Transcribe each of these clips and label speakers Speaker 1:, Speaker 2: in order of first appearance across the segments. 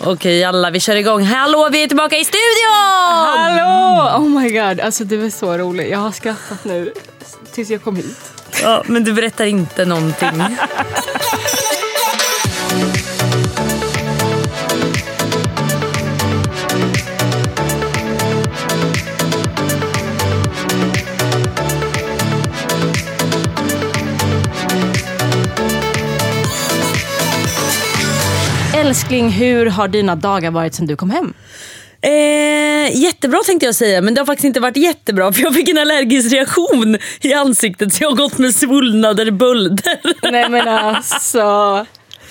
Speaker 1: Okej, alla vi kör igång. Hallå, vi är tillbaka i studion!
Speaker 2: Hallå! Oh my god, alltså du är så rolig. Jag har skrattat nu tills jag kom hit.
Speaker 1: Ja, men du berättar inte någonting.
Speaker 2: Älskling, hur har dina dagar varit sen du kom hem?
Speaker 1: Eh, jättebra tänkte jag säga, men det har faktiskt inte varit jättebra för jag fick en allergisk reaktion i ansiktet så jag har gått med svullnader, bölder.
Speaker 2: Nej men alltså.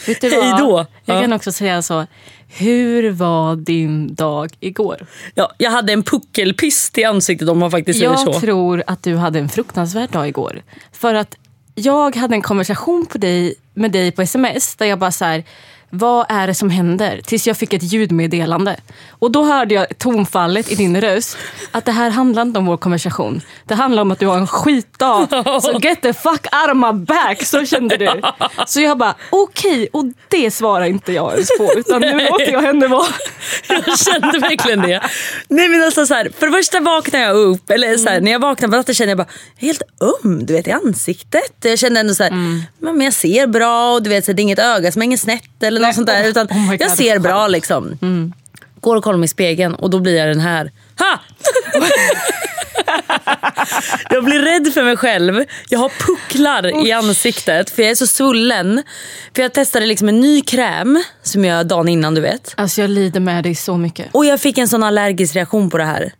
Speaker 2: Vet du
Speaker 1: Hej då.
Speaker 2: Jag
Speaker 1: Ja.
Speaker 2: kan också säga så. Hur var din dag igår?
Speaker 1: Ja, jag hade en puckelpyst i ansiktet om man faktiskt säger så.
Speaker 2: Jag tror att du hade en fruktansvärd dag igår. För att jag hade en konversation på dig, med dig på sms där jag bara så här, vad är det som händer? Tills jag fick ett ljudmeddelande. Och då hörde jag tonfallet i din röst att det här handlar inte om vår konversation. Det handlar om att du har en skitdag. Så get the fuck out of my back, så kände du. Så jag bara, okej, och det svarar inte jag ens på. Utan nu låter jag henne vara.
Speaker 1: Jag kände verkligen det. Nej, men alltså, så här, för det första vaknade jag upp, eller så här, när jag vaknade på natten kände jag bara, jag är helt öm du vet, i ansiktet. Jag kände ändå så här,
Speaker 2: Mm.
Speaker 1: men jag ser bra och du vet, så här, det är inget öga som hänger snett eller något sånt där.
Speaker 2: oh,
Speaker 1: Utan
Speaker 2: oh my God,
Speaker 1: jag ser
Speaker 2: skönt. Mm.
Speaker 1: bra liksom. Går och kollar mig i spegeln och då blir jag den här. Ha! jag blir rädd för mig själv. Jag har pucklar i ansiktet för jag är så svullen. För jag testade liksom en ny kräm som jag dagen innan du vet.
Speaker 2: Alltså jag lider med dig så mycket.
Speaker 1: Och jag fick en sån allergisk reaktion på det här.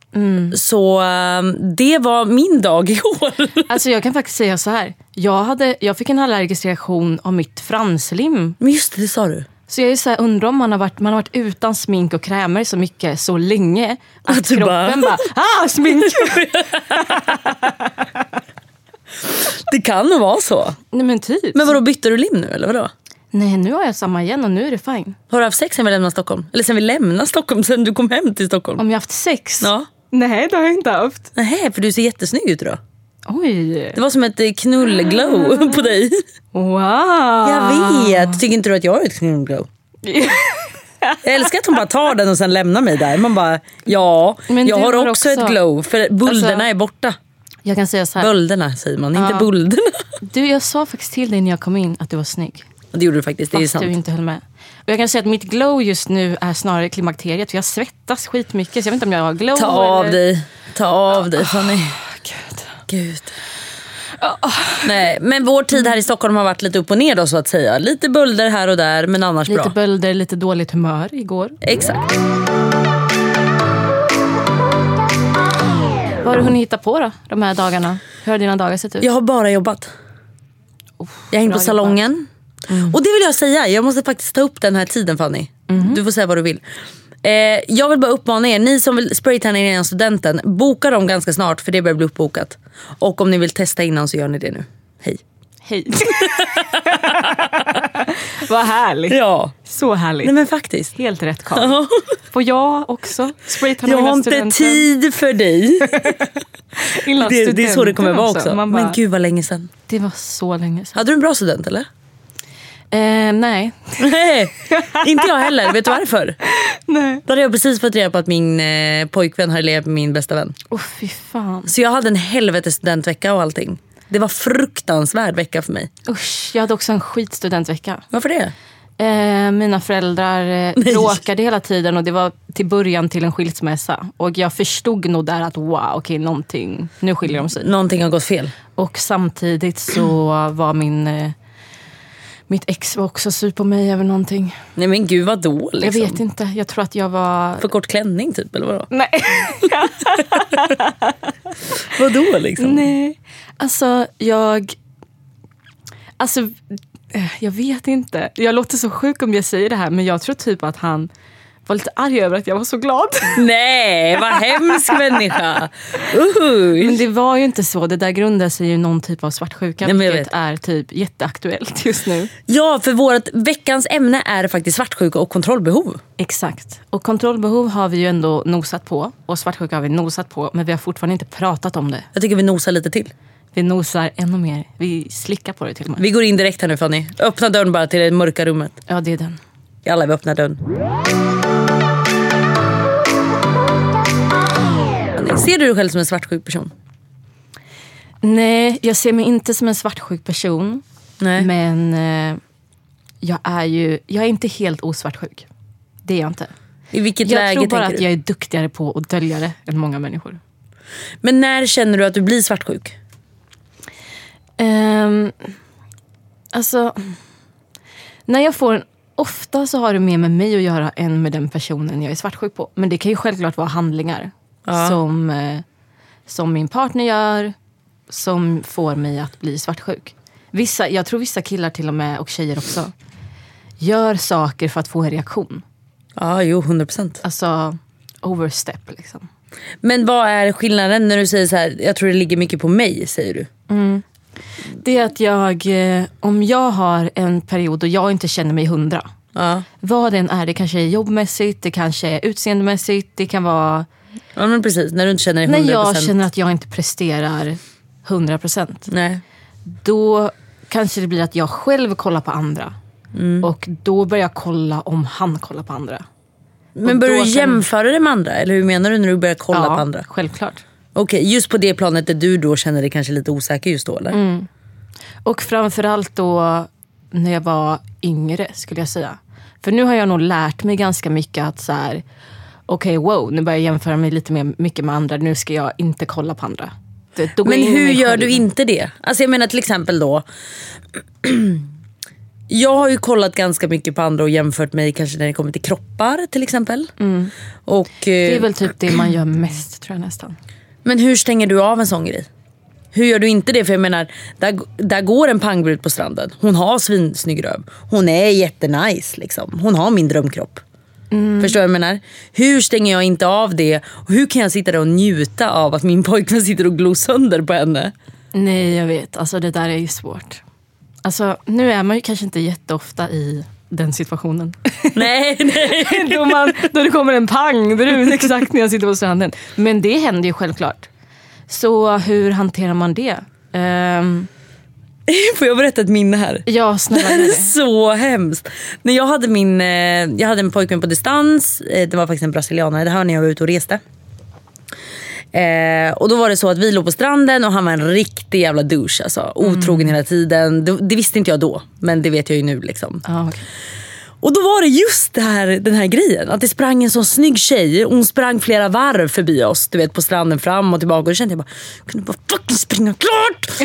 Speaker 1: Så ehm, det var min dag igår.
Speaker 2: Alltså jag kan faktiskt säga så här. Jag, hade, jag fick en allergisk reaktion av mitt franslim.
Speaker 1: Men just det, det sa du.
Speaker 2: Så jag är så här, undrar om man har, varit, man har varit utan smink och krämer så mycket så länge att,
Speaker 1: Att du
Speaker 2: kroppen bara, ah smink!
Speaker 1: Det kan nog vara så.
Speaker 2: Nej men typ.
Speaker 1: Men vadå, bytte du lim nu eller vadå?
Speaker 2: Nej nu har jag samma igen och nu är det fine.
Speaker 1: Har du haft sex sen vi lämnade Stockholm? Eller sen vi lämnade Stockholm, sen du kom hem till Stockholm?
Speaker 2: Om jag haft sex?
Speaker 1: Ja.
Speaker 2: Nej det har jag inte haft.
Speaker 1: Nej, för du ser jättesnygg ut idag.
Speaker 2: Oj,
Speaker 1: Det var som ett eh, knullglow på dig.
Speaker 2: wow. Ah.
Speaker 1: Jag vet. Tycker inte du att jag har ett knullglow? Jag älskar att hon bara tar den och sen lämnar mig där. Man bara, ja,
Speaker 2: Men
Speaker 1: jag
Speaker 2: du
Speaker 1: har
Speaker 2: har
Speaker 1: också,
Speaker 2: också-
Speaker 1: ett glow. För bulderna
Speaker 2: Alltså- Ah.
Speaker 1: är borta.
Speaker 2: Jag kan säga så här.
Speaker 1: Bölderna säger man, inte
Speaker 2: Ja.
Speaker 1: bulderna.
Speaker 2: Du jag sa faktiskt till dig när jag kom in att du var snygg.
Speaker 1: Och det gjorde du faktiskt, det är
Speaker 2: Fast
Speaker 1: sant.
Speaker 2: du inte höll med. Och jag kan säga att mitt glow just nu är snarare klimakteriet för jag svettas skitmycket så jag vet inte om jag har glow
Speaker 1: Ta av
Speaker 2: eller...
Speaker 1: dig, ta av
Speaker 2: Ah,
Speaker 1: dig Fanny. Gud.
Speaker 2: Ah.
Speaker 1: Nej, men vår tid här i Stockholm har varit lite upp och ner då så att säga. Lite bulder här och där men annars
Speaker 2: Lite
Speaker 1: bra.
Speaker 2: bölder, lite dåligt humör igår.
Speaker 1: Exakt.
Speaker 2: Vad har du hunnit hitta på då, de här dagarna? Hur har dina dagar sett ut?
Speaker 1: Jag har bara jobbat. Jag är inne på
Speaker 2: Oh, bra Mm.
Speaker 1: salongen. Och det vill jag säga, jag måste faktiskt ta upp den här tiden Fanny. Du får säga vad du vill. Eh, jag vill bara uppmana er, ni som vill spraytanna er innan studenten, boka dem ganska snart för det börjar bli uppbokat. Och om ni vill testa innan så gör ni det nu. Hej.
Speaker 2: Hej. Vad härligt.
Speaker 1: Ja.
Speaker 2: Så härligt.
Speaker 1: Nej men faktiskt.
Speaker 2: Helt rätt Karl. Får jag också spraytanna
Speaker 1: Jag
Speaker 2: innan
Speaker 1: har inte
Speaker 2: studenten?
Speaker 1: tid för dig.
Speaker 2: Innan
Speaker 1: Det, det är så det kommer
Speaker 2: studenten
Speaker 1: vara också.
Speaker 2: Man
Speaker 1: Men
Speaker 2: bara,
Speaker 1: gud vad länge sedan.
Speaker 2: Det var så länge sedan.
Speaker 1: Hade du en bra student eller?
Speaker 2: Eh, nej.
Speaker 1: Nej, inte jag heller. Vet du varför? Nej. Då hade jag precis fått reda på att min eh, pojkvän hade legat med min bästa vän.
Speaker 2: Åh fy fan.
Speaker 1: Så jag hade en helvetes studentvecka och allting. Det var fruktansvärd vecka för mig.
Speaker 2: Usch, jag hade också en skitstudentvecka.
Speaker 1: Varför det?
Speaker 2: Eh, mina föräldrar eh, bråkade hela tiden och det var till början till en skilsmässa. Och jag förstod nog där att wow, okej någonting, nu skiljer de sig.
Speaker 1: Någonting har gått fel.
Speaker 2: Och samtidigt så var min... Eh, mitt ex var också sur på mig över någonting.
Speaker 1: Nej men gud vad då liksom.
Speaker 2: Jag vet inte, jag tror att jag var...
Speaker 1: För kort klänning typ eller vadå?
Speaker 2: Nej.
Speaker 1: Vadå liksom?
Speaker 2: Nej. Alltså, jag... Alltså, eh, jag vet inte. Jag låter så sjuk om jag säger det här, men jag tror typ att han var lite arg över att jag var så glad.
Speaker 1: Nej vad hemsk människa. Uh.
Speaker 2: Men det var ju inte så. Det där grundar sig ju i någon typ av svartsjuka,
Speaker 1: Nej, men jag
Speaker 2: vilket
Speaker 1: vet.
Speaker 2: är typ jätteaktuellt just nu.
Speaker 1: Ja för vårt veckans ämne är faktiskt svartsjuka och kontrollbehov.
Speaker 2: Exakt. Och kontrollbehov har vi ju ändå nosat på. Och svartsjuka har vi nosat på, men vi har fortfarande inte pratat om det.
Speaker 1: Jag tycker vi nosar lite till.
Speaker 2: Vi nosar ännu mer. Vi slickar på det till och med.
Speaker 1: Vi går in direkt här nu Fanny. Öppna dörren bara till det mörka rummet.
Speaker 2: Ja, det är den.
Speaker 1: Alla vi öppnar dörren. Ser du dig själv som en svartsjuk person?
Speaker 2: Nej, jag ser mig inte som en svartsjuk person.
Speaker 1: Nej.
Speaker 2: Men eh, jag är ju jag är inte helt osvartsjuk. Det är jag inte.
Speaker 1: I vilket
Speaker 2: Jag
Speaker 1: läge
Speaker 2: tror bara
Speaker 1: tänker
Speaker 2: att
Speaker 1: du?
Speaker 2: jag är duktigare på att dölja det än många människor.
Speaker 1: Men när känner du att du blir svartsjuk?
Speaker 2: Um, alltså, när jag får en, ofta så har det mer med mig att göra än med den personen jag är svartsjuk på. Men det kan ju självklart vara handlingar som, eh, som min partner gör som får mig att bli svartsjuk. Vissa, jag tror vissa killar till och med, och tjejer också, gör saker för att få en reaktion.
Speaker 1: Ja, jo 100%.
Speaker 2: Alltså overstep liksom.
Speaker 1: Men vad är skillnaden när du säger så här, jag tror det ligger mycket på mig, säger du?
Speaker 2: Det är att jag, eh, om jag har en period då jag inte känner mig hundra.
Speaker 1: Ja.
Speaker 2: Vad den är, det kanske är jobbmässigt, det kanske är utseendemässigt, det kan vara
Speaker 1: Ja men precis, när du inte känner dig 100%.
Speaker 2: när jag känner att jag inte presterar 100%.
Speaker 1: Nej. Mm.
Speaker 2: Då kanske det blir att jag själv kollar på andra.
Speaker 1: Mm.
Speaker 2: Och då börjar jag kolla om han kollar på andra.
Speaker 1: Men börjar
Speaker 2: då
Speaker 1: du
Speaker 2: kan-
Speaker 1: jämföra dig med andra? Eller hur menar du när du börjar kolla
Speaker 2: ja,
Speaker 1: på andra?
Speaker 2: självklart.
Speaker 1: Okej, just på det planet där du då känner dig kanske lite osäker just då eller?
Speaker 2: Och framförallt då när jag var yngre skulle jag säga. För nu har jag nog lärt mig ganska mycket att så här, okej wow, nu börjar jag jämföra mig lite mer mycket med andra. Nu ska jag inte kolla på andra. Du vet, då går
Speaker 1: Men
Speaker 2: jag in i
Speaker 1: hur
Speaker 2: mig
Speaker 1: gör
Speaker 2: själv. liksom.
Speaker 1: du inte det? Alltså jag menar till exempel då. Jag har ju kollat ganska mycket på andra och jämfört mig kanske när det kommer till kroppar till exempel. Och,
Speaker 2: Mm. Det är
Speaker 1: eh,
Speaker 2: väl typ det man gör mest tror jag nästan.
Speaker 1: Men hur stänger du av en sån grej? Hur gör du inte det? För jag menar, där, där går en pangbrud på stranden. Hon har svinsnygg röv. Hon är jättenice liksom. Hon har min drömkropp.
Speaker 2: Mm.
Speaker 1: Förstår du vad jag menar? Hur stänger jag inte av det? Och hur kan jag sitta där och njuta av att min pojkvän sitter och glor sönder på henne?
Speaker 2: Nej, jag vet. Alltså det där är ju svårt. Alltså nu är man ju kanske inte jätteofta i den situationen.
Speaker 1: Nej, nej.
Speaker 2: då, man, då det kommer en pang brun exakt när jag sitter på stranden. Men det händer ju självklart. Så hur hanterar man det? Ehm,
Speaker 1: Får jag berätta ett minne här?
Speaker 2: ja, snälla.
Speaker 1: Det här
Speaker 2: gör
Speaker 1: är
Speaker 2: det.
Speaker 1: så hemskt. När jag, hade min, eh, jag hade en pojkvän på distans. Eh, det var faktiskt en brasilianare. Det här var när jag var ute och reste. Eh, och då var det så att vi låg på stranden och han var en riktig jävla douche. Alltså. Otrogen hela tiden. Det, det visste inte jag då, men det vet jag ju nu. Liksom.
Speaker 2: Ja, okej.
Speaker 1: Och då var det just det här, den här grejen. Att det sprang en sån snygg tjej. Hon sprang flera varv förbi oss. Du vet på stranden fram och tillbaka. Och då kände jag bara, kunde bara fucking springa klart.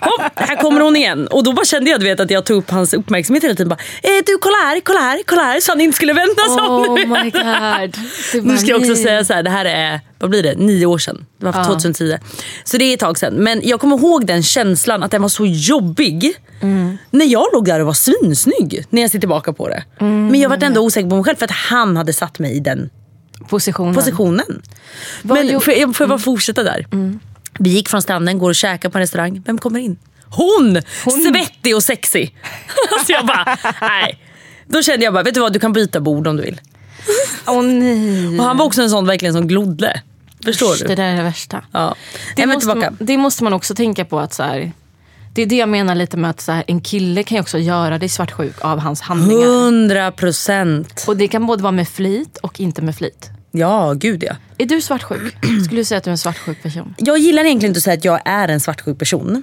Speaker 1: Hopp, här kommer hon igen. Och då bara kände jag du vet, att jag tog upp hans uppmärksamhet hela tiden. Bara, eh, du kolla här, kolla här, kolla här. Så han inte skulle vända sig
Speaker 2: Oh
Speaker 1: om.
Speaker 2: my god. Det var
Speaker 1: Nu ska jag också
Speaker 2: ni.
Speaker 1: säga så här, det här är, vad blir det, nio år sedan. Det var
Speaker 2: Ja.
Speaker 1: 2010. Så det är ett tag sedan. Men jag kommer ihåg den känslan att den var så jobbig.
Speaker 2: Mm.
Speaker 1: När jag låg där och var svinsnygg, när jag ser tillbaka på det.
Speaker 2: Mm.
Speaker 1: Men jag var ändå osäker på mig själv för att han hade satt mig i den
Speaker 2: Positionen.
Speaker 1: positionen. Men
Speaker 2: gjorde- Mm.
Speaker 1: får jag, får jag bara fortsätta där? Vi gick från stranden, går och käkar på en restaurang. Vem kommer in? Hon! Svettig och sexig. så jag bara, nej. Då kände jag bara, vet du vad du kan byta bord om du vill.
Speaker 2: Åh nej.
Speaker 1: Och han var också en sån verkligen som glodde. Förstår
Speaker 2: Det
Speaker 1: du?
Speaker 2: där är det värsta.
Speaker 1: Ja. Nej,
Speaker 2: Det,
Speaker 1: men
Speaker 2: måste,
Speaker 1: tillbaka.
Speaker 2: man- det måste man också tänka på. att så här, Det är det jag menar lite med att så här, en kille kan ju också göra dig svartsjuk av hans handlingar.
Speaker 1: 100 procent.
Speaker 2: Och det kan både vara med flit och inte med flit.
Speaker 1: Ja, gud ja.
Speaker 2: Är du svartsjuk? Skulle du säga att du är en svartsjuk person?
Speaker 1: Jag gillar egentligen inte att säga att jag är en svartsjuk person.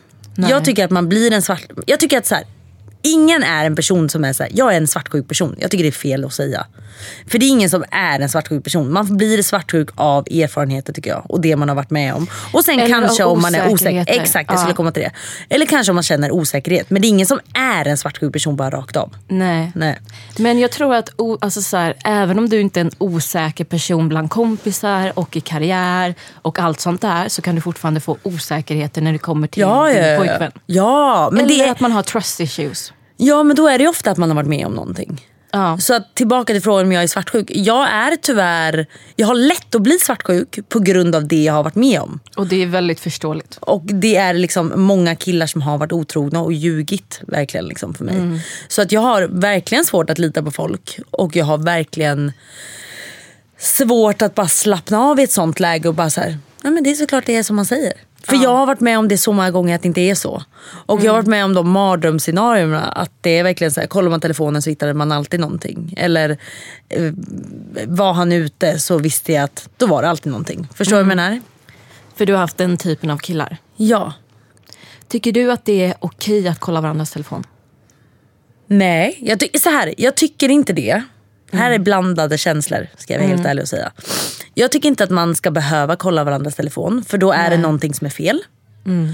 Speaker 1: Jag tycker att man blir en svart... Jag tycker att så här, ingen är en person som är så här, jag är en svartsjuk person. Jag tycker det är fel att säga. För det är ingen som är en svartsjuk person. Man blir svartsjuk av erfarenheter tycker jag. Och det man har varit med om. Och sen
Speaker 2: Eller av
Speaker 1: kanske om man är osäker.
Speaker 2: osäkerheter.
Speaker 1: Exakt, jag skulle
Speaker 2: Ja.
Speaker 1: komma till det. Eller kanske om man känner osäkerhet. Men det är ingen som är en svartsjuk person bara rakt av.
Speaker 2: Nej.
Speaker 1: Nej.
Speaker 2: Men jag tror att o, alltså så här, även om du inte är en osäker person bland kompisar och i karriär och allt sånt där så kan du fortfarande få osäkerheter när det kommer till
Speaker 1: Ja,
Speaker 2: din
Speaker 1: ja, ja.
Speaker 2: pojkvän.
Speaker 1: ja, men
Speaker 2: Eller
Speaker 1: det är
Speaker 2: att man har trust issues.
Speaker 1: Ja men då är det ju ofta att man har varit med om någonting.
Speaker 2: Ja.
Speaker 1: Så att, tillbaka till frågan om jag är svartsjuk. Jag är tyvärr, jag har lätt att bli svartsjuk på grund av det jag har varit med om.
Speaker 2: Och det är väldigt förståeligt.
Speaker 1: Och det är liksom många killar som har varit otrogna och ljugit verkligen liksom för mig. Så att jag har verkligen svårt att lita på folk och jag har verkligen svårt att bara slappna av i ett sånt läge och bara så här, nej men det är såklart det är som man säger. För jag har varit med om det så många gånger att det inte är så. Och jag har varit med om de mardrömsscenarierna att det är verkligen så här, kollar man telefonen så hittade man alltid någonting. Eller eh, var han ute så visste jag att då var det alltid någonting. Förstår du vad jag menar?
Speaker 2: För du har haft den typen av killar.
Speaker 1: Ja.
Speaker 2: Tycker du att det är okej att kolla varandras telefon?
Speaker 1: Nej, jag, ty- så här, jag tycker inte det. Här
Speaker 2: Mm.
Speaker 1: är blandade känslor, ska jag vara helt ärlig och säga. Jag tycker inte att man ska behöva kolla varandras telefon, för då är det någonting som är fel.
Speaker 2: Mm.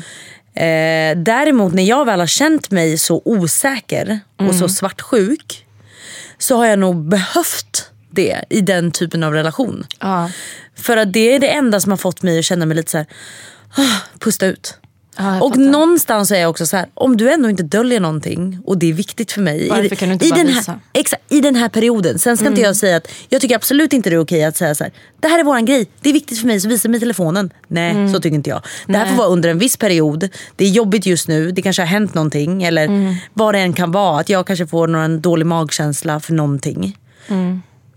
Speaker 1: Eh, däremot när jag väl har känt mig så osäker och
Speaker 2: Mm.
Speaker 1: så svartsjuk så har jag nog behövt det i den typen av relation.
Speaker 2: Ja.
Speaker 1: För att det är det enda som har fått mig att känna mig lite så här, "Ah, pusta ut.
Speaker 2: jag
Speaker 1: och
Speaker 2: fattar.
Speaker 1: någonstans är jag också så här, om du ändå inte döljer någonting och det är viktigt för mig.
Speaker 2: Varför
Speaker 1: i-
Speaker 2: kan du inte
Speaker 1: i
Speaker 2: bara
Speaker 1: den här,
Speaker 2: visa? Mm.
Speaker 1: Exakt, i den här perioden. Sen ska inte jag säga att, jag tycker absolut inte det är okej att säga så här, det här är våran grej, det är viktigt för mig så visa mig telefonen. Nej,
Speaker 2: Mm.
Speaker 1: så tycker inte jag. Det här får vara under en viss period, det är jobbigt just nu, det kanske har hänt någonting eller
Speaker 2: Mm.
Speaker 1: vad det än kan vara. Att jag kanske får någon en dålig magkänsla för någonting.
Speaker 2: Mm.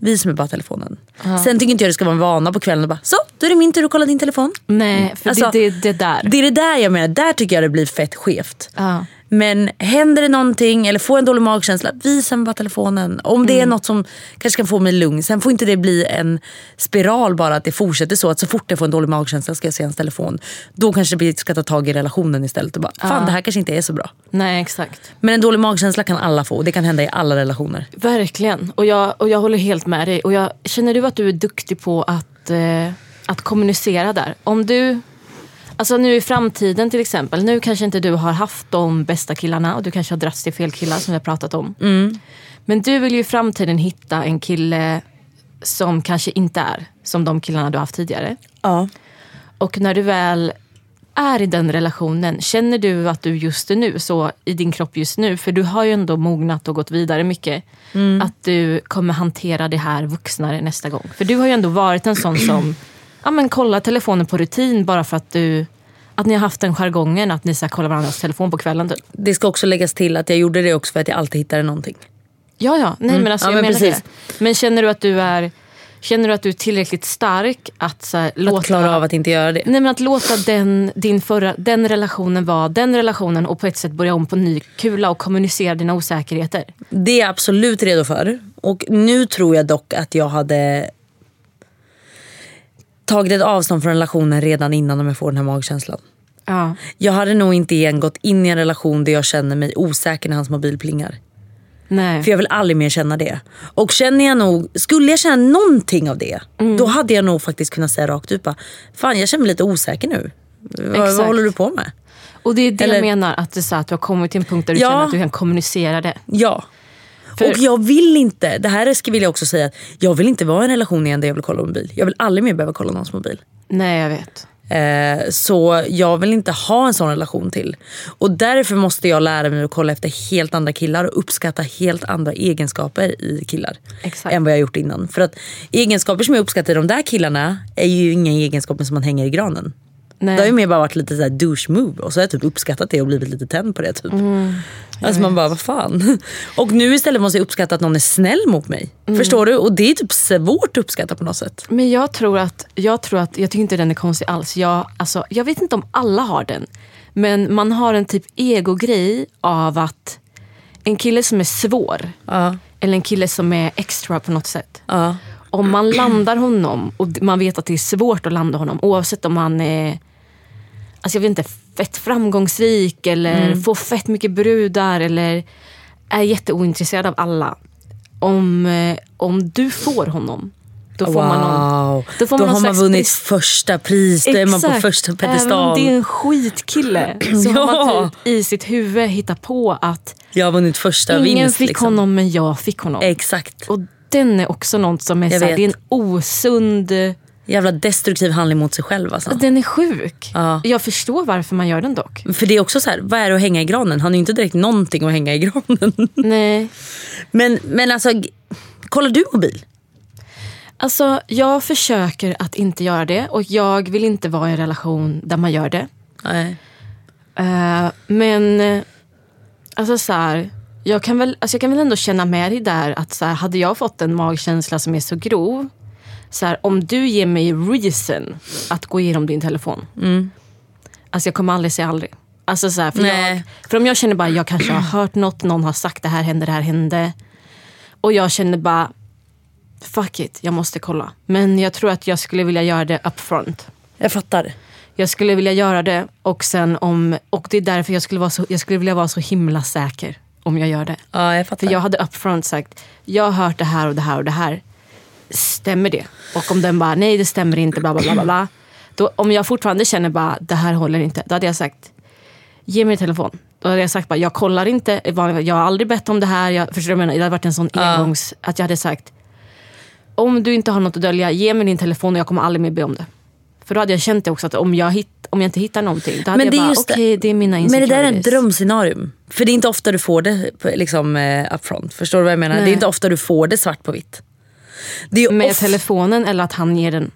Speaker 1: Visa mig bara telefonen. Sen tycker inte jag det ska vara en vana på kvällen och bara, så då är det min tur att kolla din telefon.
Speaker 2: Nej, för
Speaker 1: Alltså,
Speaker 2: det, det, det där.
Speaker 1: Det är det där jag menar, där tycker jag det blir fett skevt.
Speaker 2: Ja.
Speaker 1: Men händer det någonting eller får jag en dålig magkänsla, visa mig bara telefonen. Om det är
Speaker 2: Mm.
Speaker 1: något som kanske kan få mig lugn. Sen får inte det bli en spiral bara att det fortsätter så. Att så fort jag får en dålig magkänsla ska jag se hans telefon. Då kanske vi ska ta tag i relationen istället och bara, fan det här kanske inte är så bra.
Speaker 2: Nej, exakt.
Speaker 1: Men en dålig magkänsla kan alla få och det kan hända i alla relationer.
Speaker 2: Verkligen. Och jag, och jag håller helt med dig. Och jag, känner du att du är duktig på att, eh, att kommunicera där? Om du... Alltså nu i framtiden till exempel. Nu kanske inte du har haft de bästa killarna och du kanske har dragits till fel killar som vi har pratat om.
Speaker 1: Mm.
Speaker 2: Men du vill ju i framtiden hitta en kille som kanske inte är som de killarna du har haft tidigare.
Speaker 1: Ja.
Speaker 2: Och när du väl är i den relationen, känner du att du just nu, så i din kropp just nu, för du har ju ändå mognat och gått vidare mycket,
Speaker 1: Mm.
Speaker 2: att du kommer hantera det här vuxnare nästa gång? För du har ju ändå varit en sån som ja, men kollar telefonen på rutin bara för att du att ni har haft den jargongen att ni så här, kollar varandras telefon på kvällen. Typ.
Speaker 1: Det ska också läggas till att jag gjorde det också för att jag alltid hittade någonting.
Speaker 2: Ja, ja. Nej, men alltså,
Speaker 1: Mm. Ja,
Speaker 2: jag
Speaker 1: men
Speaker 2: menar
Speaker 1: precis.
Speaker 2: det. Men känner du att du är Känner du att du är tillräckligt stark att, så här, låta...
Speaker 1: Att klara av att inte göra det.
Speaker 2: Nej men att låta den, din förra, den relationen vara den relationen och på ett sätt börja om på ny kula och kommunicera dina osäkerheter.
Speaker 1: Det är jag absolut redo för. Och nu tror jag dock att jag hade tagit ett avstånd från relationen redan innan om jag får den här magkänslan.
Speaker 2: Ja.
Speaker 1: Jag hade nog inte igen gått in i en relation där jag känner mig osäker när hans mobil plingar.
Speaker 2: Nej.
Speaker 1: För jag vill aldrig mer känna det. Och känner jag nog, skulle jag känna någonting av det, då hade jag nog faktiskt kunnat säga rakt ut bara, fan jag känner mig lite osäker nu. Vad, vad
Speaker 2: Exakt.
Speaker 1: håller du på med?
Speaker 2: Och det är det
Speaker 1: Eller-
Speaker 2: jag menar, att du, så, att du har kommit till en punkt där du
Speaker 1: Ja.
Speaker 2: känner att du kan kommunicera det.
Speaker 1: Ja.
Speaker 2: För-
Speaker 1: Och jag vill inte, det här ska- vill jag också säga, att jag vill inte vara i en relation igen där jag vill kolla mobil. Jag vill aldrig mer behöva kolla någons mobil.
Speaker 2: Nej, jag vet.
Speaker 1: Eh, så jag vill inte ha en sån relation till. Och därför måste jag lära mig att kolla efter helt andra killar och uppskatta helt andra egenskaper i killar.
Speaker 2: Exakt.
Speaker 1: Än vad jag gjort innan. För att egenskaper som jag uppskattar i de där killarna är ju inga egenskaper som man hänger i granen.
Speaker 2: Nej.
Speaker 1: Det har ju mer bara varit lite såhär douche move och så har jag typ uppskattat det och blivit lite tänd på det typ. alltså man bara, vad fan. Och nu istället måste jag uppskatta att någon är snäll mot mig. Förstår du? Och det är typ svårt att uppskatta på något sätt.
Speaker 2: Men jag tror att, jag tror att, jag tycker inte den är konstig alls. Jag, alltså, jag vet inte om alla har den. Men man har en typ egogrej av att en kille som är svår. Eller en kille som är extra på något sätt. Om man landar honom och d- man vet att det är svårt att landa honom. Oavsett om han är alltså jag vet inte, fett framgångsrik eller
Speaker 1: Mm.
Speaker 2: får fett mycket brudar eller är jätteointresserad av alla. Om, eh, om du får honom, då får man någon,
Speaker 1: Då,
Speaker 2: får man någon
Speaker 1: har man
Speaker 2: slags
Speaker 1: vunnit
Speaker 2: pres-
Speaker 1: första pris, då är man på
Speaker 2: Exakt.
Speaker 1: första
Speaker 2: Även om
Speaker 1: pedestal.
Speaker 2: det är en skitkille så har
Speaker 1: Ja.
Speaker 2: man typ i sitt huvud hittat på att
Speaker 1: Jag har vunnit första vinst.
Speaker 2: ingen fick
Speaker 1: liksom.
Speaker 2: honom men jag fick honom.
Speaker 1: Exakt.
Speaker 2: Och den är också något som är,
Speaker 1: Jag
Speaker 2: så här,
Speaker 1: vet.
Speaker 2: det är en osund...
Speaker 1: Jävla destruktiv handling mot sig själv alltså.
Speaker 2: Den är sjuk.
Speaker 1: Ja.
Speaker 2: Jag förstår varför man gör den dock.
Speaker 1: För det är också så här, vad är det att hänga i granen? Han är ju inte direkt någonting att hänga i granen.
Speaker 2: Nej.
Speaker 1: Men, men alltså, g- kollar du mobil?
Speaker 2: Alltså, jag försöker att inte göra det och jag vill inte vara i en relation där man gör det.
Speaker 1: Nej.
Speaker 2: Eh, men eh, alltså så här, jag, kan väl, alltså, jag kan väl ändå känna med dig där att så här, hade jag fått en magkänsla som är så grov så här, om du ger mig reason att gå igenom din telefon. Alltså jag kommer aldrig säga aldrig. Alltså så här, för, jag,
Speaker 1: Nej.
Speaker 2: för om jag känner bara jag kanske har hört något, någon har sagt det här hände, det här hände. Och jag känner bara fuck it, jag måste kolla. Men jag tror att jag skulle vilja göra det upfront.
Speaker 1: Jag fattar.
Speaker 2: Jag skulle vilja göra det och, sen om, och det är därför jag skulle, vara så, jag skulle vilja vara så himla säker om jag gör det.
Speaker 1: Ja, jag fattar.
Speaker 2: För jag hade upfront sagt, jag har hört det här och det här och det här. Stämmer det? Och om den bara, nej det stämmer inte, bla bla bla. bla, bla då, om jag fortfarande känner bara, det här håller inte, då hade jag sagt, ge mig telefon. Då hade jag sagt bara, jag kollar inte, jag har aldrig bett om det här. Jag, förstår du vad jag menar? Det hade varit en sån engångs, att jag hade sagt, om du inte har något att dölja, ge mig din telefon och jag kommer aldrig mer be om det. För då hade jag känt det också, att om jag, hitt, om jag inte hittar någonting, då hade jag bara, okej det är mina
Speaker 1: Men det där är ett
Speaker 2: insecurities."
Speaker 1: drömscenarium. För det är inte ofta du får det på- liksom, eh, upfront. Förstår du vad jag menar?
Speaker 2: Nej.
Speaker 1: Det är inte ofta du får det svart på vitt. Det är
Speaker 2: Med
Speaker 1: of-
Speaker 2: telefonen eller att han ger den.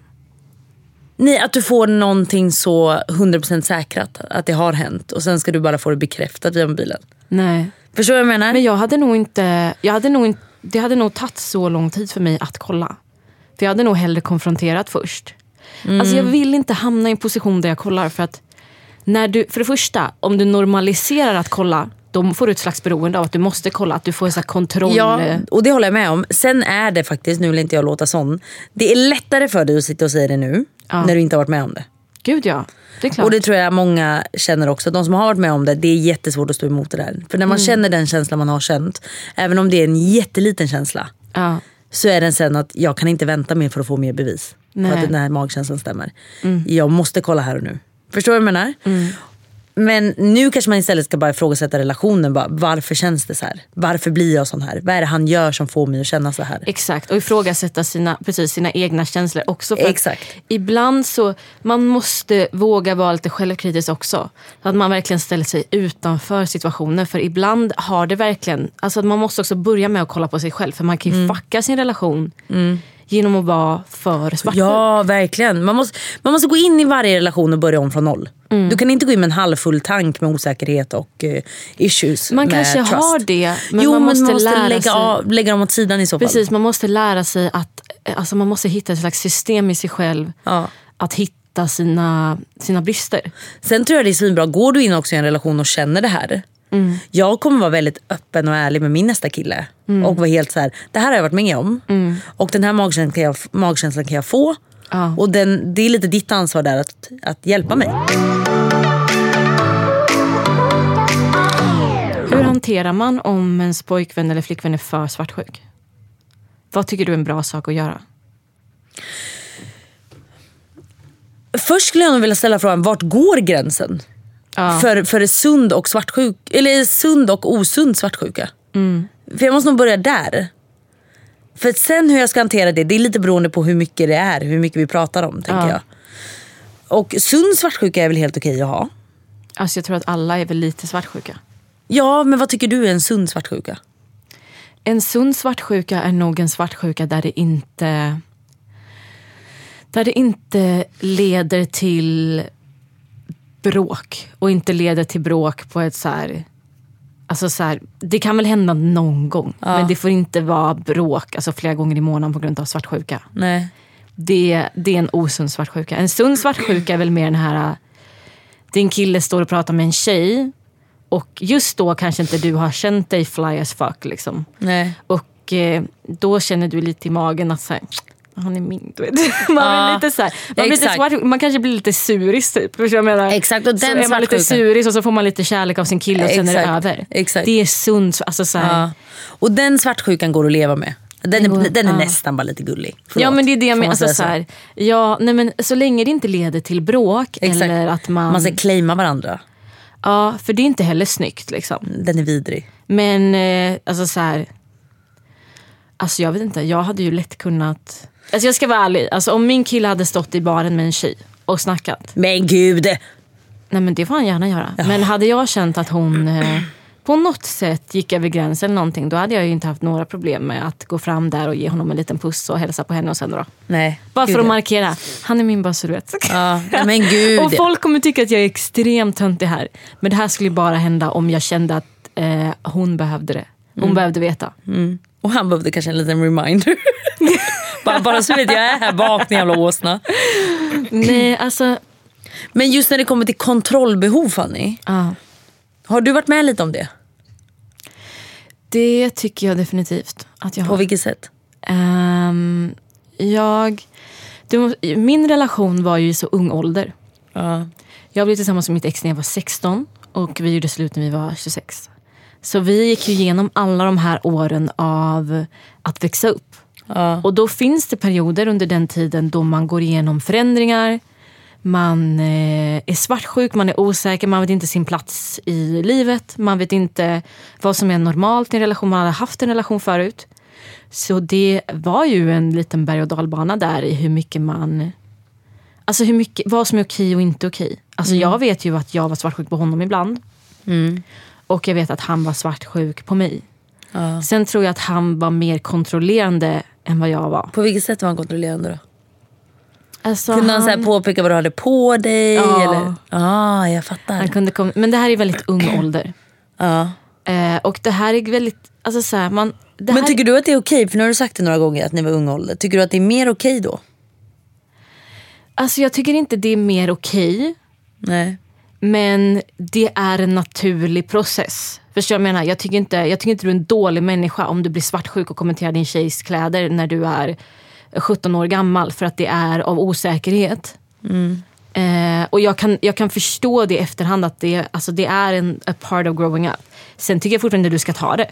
Speaker 1: Nej, att du får någonting så 100% säkrat att det har hänt. Och sen ska du bara få det bekräftat via mobilen.
Speaker 2: Nej.
Speaker 1: Förstår du vad jag menar?
Speaker 2: Men jag hade nog inte... Jag hade nog, inte- det hade nog tagit så lång tid för mig att kolla. För jag hade nog hellre konfronterat först. Alltså jag
Speaker 1: Mm.
Speaker 2: vill inte hamna i en position där jag kollar. För att när du, för det första, om du normaliserar att kolla, då får du ett slags beroende av att du måste kolla. Att du får en sån här kontroll...
Speaker 1: Ja, och det håller jag med om. Sen är det faktiskt, nu vill inte jag låta sån. Det är lättare för dig att sitta och säga det nu. När du inte har varit med om det.
Speaker 2: Gud ja, det är klart.
Speaker 1: Och det tror jag många känner också. De som har varit med om det, det är jättesvårt att stå emot det där. För när
Speaker 2: Mm.
Speaker 1: man känner den känslan man har känt, även om det är en jätteliten känsla,
Speaker 2: ja.
Speaker 1: så är den sen att jag kan inte vänta mer för att få mer bevis.
Speaker 2: Nej. Mm.
Speaker 1: För att den här magkänslan stämmer. Jag måste kolla här och nu. Förstår du vad jag menar? Men nu kanske man istället ska bara ifrågasätta relationen. Bara, varför känns det så här? Varför blir jag sån här? Vad är det han gör som får mig att känna så här?
Speaker 2: Exakt, och ifrågasätta sina, precis, sina egna känslor också. att
Speaker 1: Exakt.
Speaker 2: Ibland så, man måste våga vara lite självkritisk också. Så Att man verkligen ställer sig utanför situationen. För ibland har det verkligen, alltså att man måste också börja med att kolla på sig själv. För man kan ju
Speaker 1: Mm.
Speaker 2: fucka sin relation genom att vara för svart.
Speaker 1: Ja, verkligen. Man måste, man måste gå in i varje relation och börja om från noll.
Speaker 2: Mm.
Speaker 1: Du kan inte gå in med en halvfull tank med osäkerhet och eh, issues
Speaker 2: Man
Speaker 1: med
Speaker 2: kanske
Speaker 1: trust.
Speaker 2: har det, men
Speaker 1: jo,
Speaker 2: man måste lära
Speaker 1: lägga,
Speaker 2: sig-
Speaker 1: av, lägga dem åt sidan i så fall.
Speaker 2: Precis, man måste lära sig att, alltså man måste hitta ett slags system i sig själv.
Speaker 1: Ja.
Speaker 2: Att hitta sina, sina brister.
Speaker 1: Sen tror jag det är svinbra, går du in också i en relation och känner det här.
Speaker 2: Mm.
Speaker 1: Jag kommer vara väldigt öppen och ärlig med min nästa kille.
Speaker 2: Mm.
Speaker 1: Och vara helt så här, det här har jag varit med om. Och den här magkänslan kan jag, magkänslan kan jag få.
Speaker 2: Ja.
Speaker 1: Och den, det är lite ditt ansvar där att, att hjälpa mig.
Speaker 2: Hur hanterar man om ens pojkvän eller flickvän är för svartsjuk? Vad tycker du är en bra sak att göra?
Speaker 1: Först skulle jag nog vilja ställa frågan, vart går gränsen? för, för sund, och svartsjuk, eller sund och osund svartsjuka.
Speaker 2: Mm.
Speaker 1: För jag måste nog börja där. För sen hur jag ska hantera det, det är lite beroende på hur mycket det är, hur mycket vi pratar om. tänker jag. Och sund svartsjuka är väl helt okej att ha.
Speaker 2: Alltså jag tror att alla är väl lite svartsjuka.
Speaker 1: Ja, men vad tycker du är en sund svartsjuka?
Speaker 2: En sund svartsjuka är nog en svartsjuka där det inte... Där det inte leder till bråk. Och inte leder till bråk på ett så här... Alltså så här, det kan väl hända någon gång, men det får inte vara bråk alltså flera gånger i månaden på grund av svartsjuka.
Speaker 1: Nej.
Speaker 2: Det, det är en osund svartsjuka. En sund svartsjuka är väl mer den här... äh, Din kille står och pratar med en tjej och just då kanske inte du har känt dig fly as fuck. Liksom.
Speaker 1: Nej.
Speaker 2: Och eh, då känner du lite i magen att så här, han är min. Du vet. Man,
Speaker 1: Ja.
Speaker 2: blir lite så här, man, blir lite
Speaker 1: Exakt.
Speaker 2: svart, man kanske blir lite suris typ. Förstår du vad jag menar?
Speaker 1: Exakt, och den
Speaker 2: så är man
Speaker 1: svartsjukan.
Speaker 2: lite suris och så får man lite kärlek av sin kille och sen är det
Speaker 1: Exakt.
Speaker 2: över.
Speaker 1: Exakt.
Speaker 2: Det är sunt. Alltså, så här,
Speaker 1: Ja. Och den svartsjukan går att leva med. Den är,
Speaker 2: går-
Speaker 1: den är
Speaker 2: ja.
Speaker 1: nästan bara lite gullig. Förlåt,
Speaker 2: Ja men det är det
Speaker 1: får
Speaker 2: jag
Speaker 1: man
Speaker 2: menar. Alltså,
Speaker 1: säga
Speaker 2: så här, ja, nej, men så länge det inte leder till bråk
Speaker 1: Exakt.
Speaker 2: eller att man...
Speaker 1: Man ska claima varandra.
Speaker 2: Ja, för det är inte heller snyggt liksom.
Speaker 1: Den är vidrig.
Speaker 2: Men eh, alltså så här. Alltså jag vet inte, jag hade ju lätt kunnat. Alltså jag ska vara ärlig, alltså om min kille hade stått i baren med en tjej och snackat.
Speaker 1: Men gud!
Speaker 2: Nej men det får han gärna göra. Men hade jag känt att hon eh, på något sätt gick över gränsen eller någonting. Då hade jag ju inte haft några problem med att gå fram där och ge honom en liten puss och hälsa på henne och sen dra.
Speaker 1: Nej.
Speaker 2: Bara
Speaker 1: gud,
Speaker 2: för att
Speaker 1: ja.
Speaker 2: markera, han är min bara så du vet.
Speaker 1: Ja, nej, men gud.
Speaker 2: Och folk kommer tycka att jag är extremt töntig här. Men det här skulle ju bara hända om jag kände att eh, hon behövde det. Hon
Speaker 1: Mm.
Speaker 2: behövde veta.
Speaker 1: Och han behövde kanske en liten reminder. bara, bara så vet jag, jag är här bak ni jävla åsna.
Speaker 2: Nej, alltså...
Speaker 1: Men just när det kommer till kontrollbehov Fanny.
Speaker 2: Ja.
Speaker 1: Har du varit med lite om det?
Speaker 2: Det tycker jag definitivt att jag
Speaker 1: På
Speaker 2: har.
Speaker 1: vilket sätt?
Speaker 2: Ehm, jag... Du, må- min relation var ju i så ung ålder.
Speaker 1: Ja.
Speaker 2: Jag blev tillsammans med mitt ex när jag var 16 och vi gjorde slut när vi var 26. Så vi gick ju igenom alla de här åren av att växa upp. Och då finns det perioder under den tiden då man går igenom förändringar. Man eh, är svartsjuk, man är osäker, man vet inte sin plats i livet. Man vet inte vad som är normalt i en relation. Man har haft en relation förut. Så det var ju en liten berg och dalbana där i hur mycket man... Alltså hur mycket, vad som är okej och inte okej. Alltså
Speaker 1: Mm.
Speaker 2: jag vet ju att jag var svartsjuk på honom ibland. Och jag vet att han var svartsjuk på mig. Sen tror jag att han var mer kontrollerande än vad jag var.
Speaker 1: På vilket sätt var han kontrollerande då?
Speaker 2: Alltså
Speaker 1: Kunde han, så här påpeka vad du hade på dig?
Speaker 2: Ja.
Speaker 1: Eller? Ja, jag fattar.
Speaker 2: han kunde komma, men det här är väldigt ung ålder.
Speaker 1: ja.
Speaker 2: Eh, och det här är väldigt... Alltså så här, man, det
Speaker 1: Men
Speaker 2: här,
Speaker 1: tycker du att det är okej? För nu har du sagt det några gånger att ni var ung ålder. Tycker du att det är mer okej då?
Speaker 2: alltså jag tycker inte det är mer okej.
Speaker 1: Nej.
Speaker 2: Men det är en naturlig process. Förstår du vad jag menar? Jag tycker, inte, jag tycker inte du är en dålig människa om du blir svartsjuk och kommenterar din tjejs kläder när du är 17 år gammal för att det är av osäkerhet. Eh, och jag kan, jag kan förstå det i efterhand att det, alltså det är en a part of growing up. Sen tycker jag fortfarande du ska ta det.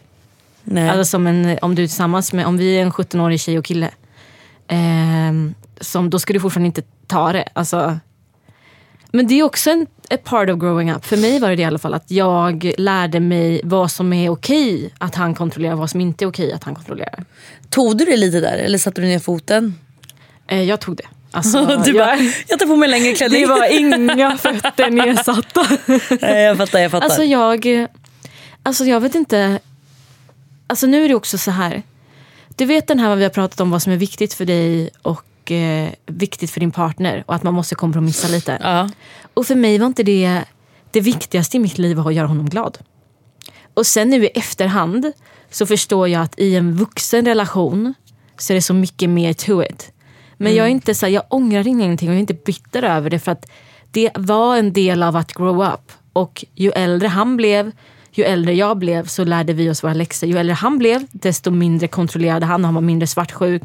Speaker 1: Nej.
Speaker 2: Alltså som en, om du är tillsammans med, om vi är en 17-årig tjej och kille. ehm, som, då ska du fortfarande inte ta det. Alltså, men det är också en a part of growing up. För mig var det, det i alla fall att jag lärde mig vad som är okej att han kontrollerar och vad som inte är okej att han kontrollerar.
Speaker 1: Tog du det lite där eller satte du ner foten?
Speaker 2: Eh, jag tog det. Alltså,
Speaker 1: du bara,
Speaker 2: jag,
Speaker 1: jag tar på mig längre klänning.
Speaker 2: det var inga fötter nedsatta.
Speaker 1: Nej, jag fattar, jag fattar.
Speaker 2: Alltså jag, alltså jag vet inte. Alltså nu är det också så här. Du vet den här vad vi har pratat om vad som är viktigt för dig och eh, viktigt för din partner och att man måste kompromissa lite.
Speaker 1: ja.
Speaker 2: Och för mig var inte det det viktigaste i mitt liv var att göra honom glad. Och sen nu i efterhand så förstår jag att i en vuxen relation så är det så mycket mer to it. Men jag är inte så här, jag ångrar ingenting och jag är inte bitter över det för att det var en del av att grow up. Och ju äldre han blev, ju äldre jag blev så lärde vi oss våra läxor. Ju äldre han blev desto mindre kontrollerade han, han var mindre svartsjuk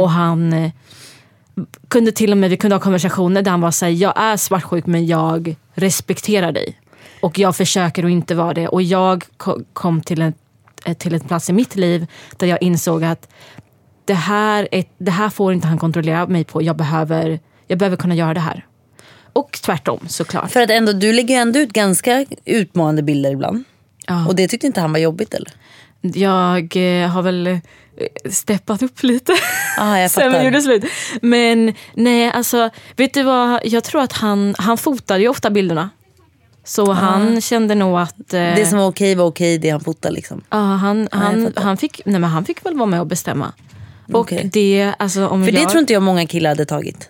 Speaker 2: och han eh, kunde till och med, vi kunde ha konversationer där han var såhär, jag är svartsjuk men jag respekterar dig. Och jag försöker att inte vara det. Och jag ko- kom till en, till en plats i mitt liv där jag insåg att det här, är, det här får inte han kontrollera mig på. Jag behöver, jag behöver kunna göra det här. och tvärtom såklart.
Speaker 1: För att ändå, du lägger ju ändå ut ganska utmanande bilder ibland.
Speaker 2: Ja.
Speaker 1: Och det tyckte inte han var jobbigt eller?
Speaker 2: Jag eh, har väl eh, steppat upp lite
Speaker 1: Ah, jag
Speaker 2: sen
Speaker 1: fattar.
Speaker 2: vi gjorde slut. Men nej, alltså, vet du vad? Jag tror att han, han fotade ju ofta bilderna. Så han kände nog att... eh,
Speaker 1: Ah. Det som var okej var okej, det han fotade liksom.
Speaker 2: Ja, han,
Speaker 1: jag
Speaker 2: han,
Speaker 1: fattar.
Speaker 2: han, fick, nej, men han fick väl vara med och bestämma. Och
Speaker 1: Okej.
Speaker 2: det, alltså, om
Speaker 1: För det
Speaker 2: jag,
Speaker 1: tror inte jag många killar hade tagit.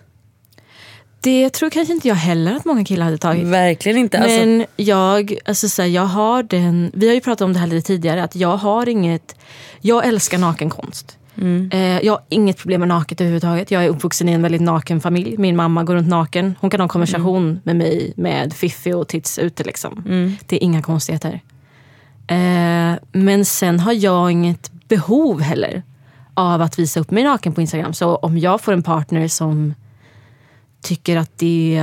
Speaker 2: det tror kanske inte jag heller att många killar hade tagit.
Speaker 1: Verkligen inte. Alltså,
Speaker 2: Men jag, alltså så här, jag har den, vi har ju pratat om det här lite tidigare, att jag har inget, jag älskar nakenkonst.
Speaker 1: Mm.
Speaker 2: Eh, jag har inget problem med naket överhuvudtaget. Jag är uppvuxen i en väldigt naken familj. Min mamma går runt naken. Hon kan ha en konversation
Speaker 1: Mm.
Speaker 2: med mig med fiffi och tits ute. Liksom. Det är inga konstigheter. Eh, men sen har jag inget behov heller av att visa upp mig naken på Instagram. Så om jag får en partner som tycker att det,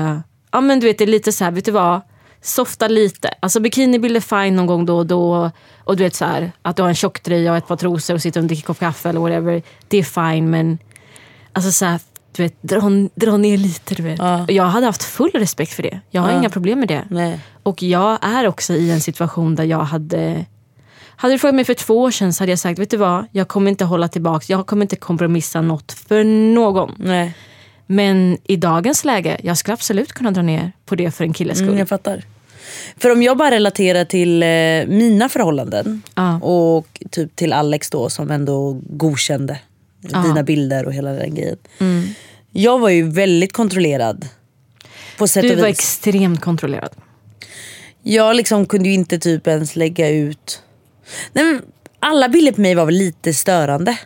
Speaker 2: ja men du vet det är lite så här, vet du vad? Softa lite. Alltså bikinibilder fine någon gång då och då. Och du vet så här, att du har en tjocktröja och ett par trosor och sitter och dricker en kopp kaffe eller whatever. Det är fine men, alltså så här, du vet, dra, dra ner lite du vet. Och jag hade haft full respekt för det. Jag har inga problem med det.
Speaker 1: Nej.
Speaker 2: Och jag är också i en situation där jag hade hade du frågat mig för två år sedan så hade jag sagt, vet du vad, jag kommer inte hålla tillbaka, jag kommer inte kompromissa något för någon.
Speaker 1: nej.
Speaker 2: Men i dagens läge, jag skulle absolut kunna dra ner på det för en killes skull.
Speaker 1: Mm, jag fattar. För om jag bara relaterar till eh, mina förhållanden
Speaker 2: Ja.
Speaker 1: och typ till Alex då som ändå godkände dina bilder och hela den grejen.
Speaker 2: Mm.
Speaker 1: Jag var ju väldigt kontrollerad. På sätt
Speaker 2: du
Speaker 1: och
Speaker 2: var
Speaker 1: vis.
Speaker 2: extremt kontrollerad.
Speaker 1: Jag liksom kunde ju inte typ ens lägga ut... Nej, men alla bilder på mig var väl lite störande.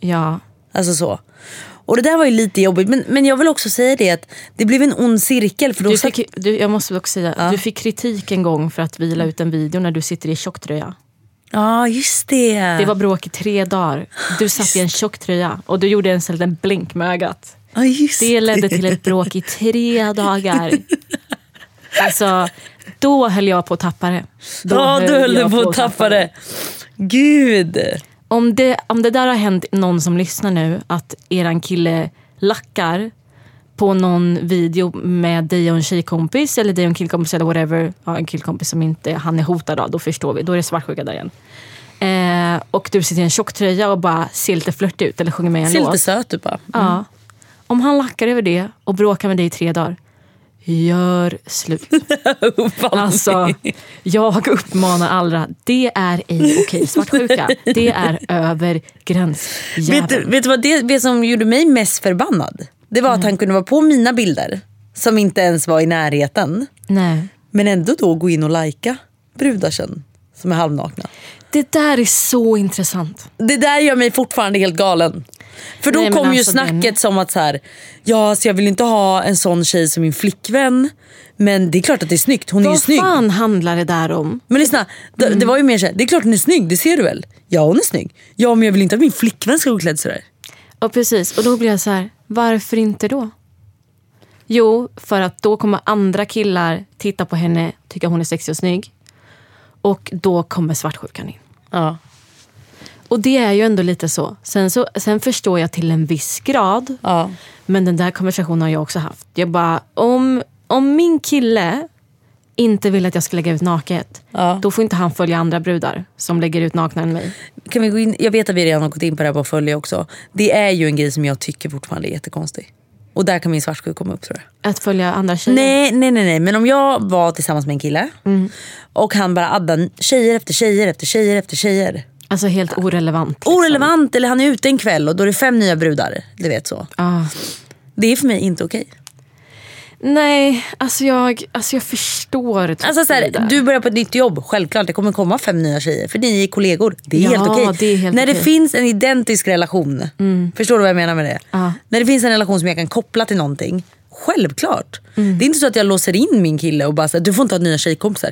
Speaker 2: Ja.
Speaker 1: Alltså så. Och det där var ju lite jobbigt. Men, men jag vill också säga det att det blev en ond cirkel. För då
Speaker 2: Du
Speaker 1: satt-
Speaker 2: fick, du, jag måste också säga, du fick kritik en gång för att vi la ut en video när du sitter i tjocktröja.
Speaker 1: Ja, just det.
Speaker 2: Det var bråk i tre dagar. Du satt i en tjocktröja och du gjorde en sån liten blink med ögat.
Speaker 1: Ja, just
Speaker 2: Det ledde till ett bråk i tre dagar. Alltså, då höll jag på att tappa det. Då
Speaker 1: Ja, du höll
Speaker 2: jag
Speaker 1: det på att tappa det. Gud.
Speaker 2: Om det, om det där har hänt någon som lyssnar nu, att eran kille lackar på någon video med dig och en tjejkompis eller dig och en killkompis eller whatever. Ja, en killkompis som inte han är hotad av, då förstår vi. Då är det svartsjuka där igen. Eh, och du sitter i en tjocktröja och bara ser lite flörtig ut eller sjunger med i en
Speaker 1: Ser
Speaker 2: låt.
Speaker 1: lite Mm. söt ut bara.
Speaker 2: Ja. Om han lackar över det och bråkar med dig i tre dagar, gör slut. Alltså, jag uppmanar alla. Det är ej okej. Svartsjuka, det är över gräns.
Speaker 1: Vet du, vet du vad det, det som gjorde mig mest förbannad? Det var att han kunde vara på mina bilder som inte ens var i närheten.
Speaker 2: Nej.
Speaker 1: Men ändå då gå in och lajka brudar sen som är halvnakna.
Speaker 2: Det där är så intressant.
Speaker 1: Det där gör mig fortfarande helt galen. För då
Speaker 2: Nej, men
Speaker 1: kom ju
Speaker 2: alltså,
Speaker 1: snacket
Speaker 2: den-
Speaker 1: som att så här, ja, så jag vill inte ha en sån tjej som min flickvän. Men det är klart att det är snyggt, hon är ju
Speaker 2: Vad
Speaker 1: snygg.
Speaker 2: fan Mm. handlar det där om?
Speaker 1: Men lyssna, det, det var ju mer såhär, det är klart hon är snygg, det ser du väl? Ja hon är snygg. Ja men jag vill inte att min flickvän ska gå klädd sådär.
Speaker 2: Och precis, och då blir jag så här, varför inte då? Jo, för att då kommer andra killar titta på henne, tycka hon är sexig och snygg. Och då kommer svartsjukan in.
Speaker 1: Ja.
Speaker 2: Och det är ju ändå lite så. Sen, så, sen förstår jag till en viss grad.
Speaker 1: Ja.
Speaker 2: Men den där konversationen har jag också haft. Jag bara, om, om min kille inte vill att jag ska lägga ut naket, då får inte han följa andra brudar som lägger ut nakna än mig.
Speaker 1: Kan vi gå in, jag vet att vi redan har gått in på det här på följa också. Det är ju en grej som jag tycker fortfarande är jättekonstig. Och där kan min svartsjuka komma upp tror jag.
Speaker 2: Att följa andra tjejer. Mm.
Speaker 1: Nej, nej, nej, nej. Men om jag var tillsammans med en kille och han bara addade tjejer efter tjejer efter tjejer efter tjejer.
Speaker 2: Alltså helt orelevant. liksom.
Speaker 1: Orelevant eller han är ute en kväll och då är det fem nya brudar. Du vet så.
Speaker 2: Ah.
Speaker 1: Det är för mig inte okej.
Speaker 2: Nej, alltså jag, alltså jag förstår. typ
Speaker 1: Alltså så
Speaker 2: det där.
Speaker 1: här, du börjar på ett nytt jobb, självklart det kommer komma fem nya tjejer för ni är kollegor. Det är
Speaker 2: Ja,
Speaker 1: helt okej.
Speaker 2: det är helt
Speaker 1: När det
Speaker 2: okej. Mm.
Speaker 1: finns en identisk relation, förstår du vad jag menar med det? När det finns en relation som jag kan koppla till någonting, självklart.
Speaker 2: Mm.
Speaker 1: Det är inte så att jag låser in min kille och bara säger du får inte ha nya tjejkompisar.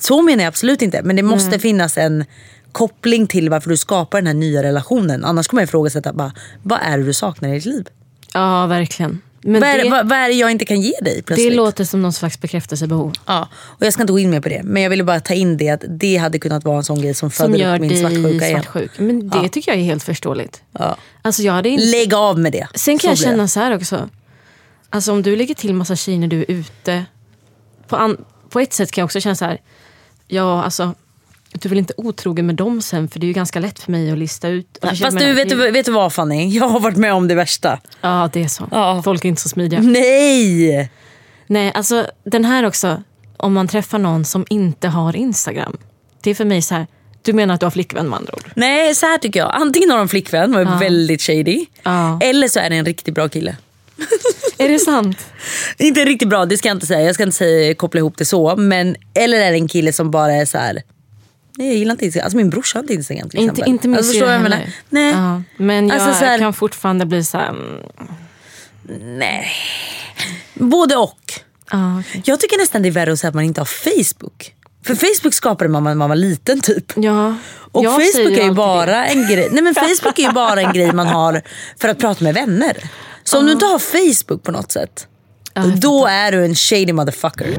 Speaker 1: Så menar jag absolut inte, men det måste finnas en koppling till varför du skapar den här nya relationen. Annars kommer jag ifrågasätta, bara, vad är det du saknar i ditt liv?
Speaker 2: Ja, verkligen. Men
Speaker 1: Vad är,
Speaker 2: det,
Speaker 1: det, vad, vad är det jag inte kan ge dig
Speaker 2: det
Speaker 1: plötsligt?
Speaker 2: låter som någon slags bekräftelsebehov.
Speaker 1: Ja, och jag ska inte gå in mer på det. Men jag ville bara ta in det att det hade kunnat vara en sån grej som
Speaker 2: Som
Speaker 1: föder
Speaker 2: gör
Speaker 1: upp min
Speaker 2: dig
Speaker 1: svartsjuka igen.
Speaker 2: svartsjuk. Men det tycker jag är helt förståeligt.
Speaker 1: Ja.
Speaker 2: Alltså jag hade inte
Speaker 1: Lägg av med det.
Speaker 2: Sen kan
Speaker 1: Så
Speaker 2: jag
Speaker 1: blir
Speaker 2: känna så här också. Alltså om du lägger till massa tjejer när du är ute. På, an- på ett sätt kan jag också känna så här. Ja, alltså. Du är väl inte otrogen med dem sen? För det är ju ganska lätt för mig att lista ut. Alltså,
Speaker 1: Fast
Speaker 2: jag menar,
Speaker 1: du, vet,
Speaker 2: det-
Speaker 1: du, vet du vad Fanny? Jag har varit med om det värsta.
Speaker 2: Ja, det är så.
Speaker 1: Ja. Mm.
Speaker 2: Folk är inte så smidiga.
Speaker 1: Nej!
Speaker 2: Nej, alltså den här också. Om man träffar någon som inte har Instagram. Det är för mig så här. Du menar att du har flickvän med andra ord?
Speaker 1: Nej, så här tycker jag. Antingen har de flickvän och är väldigt shady.
Speaker 2: Ja.
Speaker 1: Eller så är det en riktigt bra kille.
Speaker 2: Är det sant?
Speaker 1: Inte riktigt bra, det ska jag inte säga. Jag ska inte säga, koppla ihop det så. Men, eller är det en kille som bara är så här. Nej, jag gillar inte Instagram. Alltså min brorsa har inte Instagram till
Speaker 2: Inte,
Speaker 1: exempel.
Speaker 2: inte min
Speaker 1: alltså,
Speaker 2: syrra
Speaker 1: förstår du vad jag
Speaker 2: heller.
Speaker 1: menar? Nej.
Speaker 2: Ja, men jag
Speaker 1: Alltså, så här-
Speaker 2: kan fortfarande bli så här... mm,
Speaker 1: Nej. Både och.
Speaker 2: Ja, Ah, okej.
Speaker 1: Jag tycker nästan det är värre att säga att man inte har Facebook. För Facebook skapade man när man var liten typ.
Speaker 2: ja.
Speaker 1: Och
Speaker 2: jag säger
Speaker 1: Facebook är ju
Speaker 2: alltid det.
Speaker 1: bara en grej. Nej men Facebook är ju bara en grej man har för att prata med vänner. Så
Speaker 2: Ah.
Speaker 1: om du inte har Facebook på något sätt, då är du en shady motherfucker.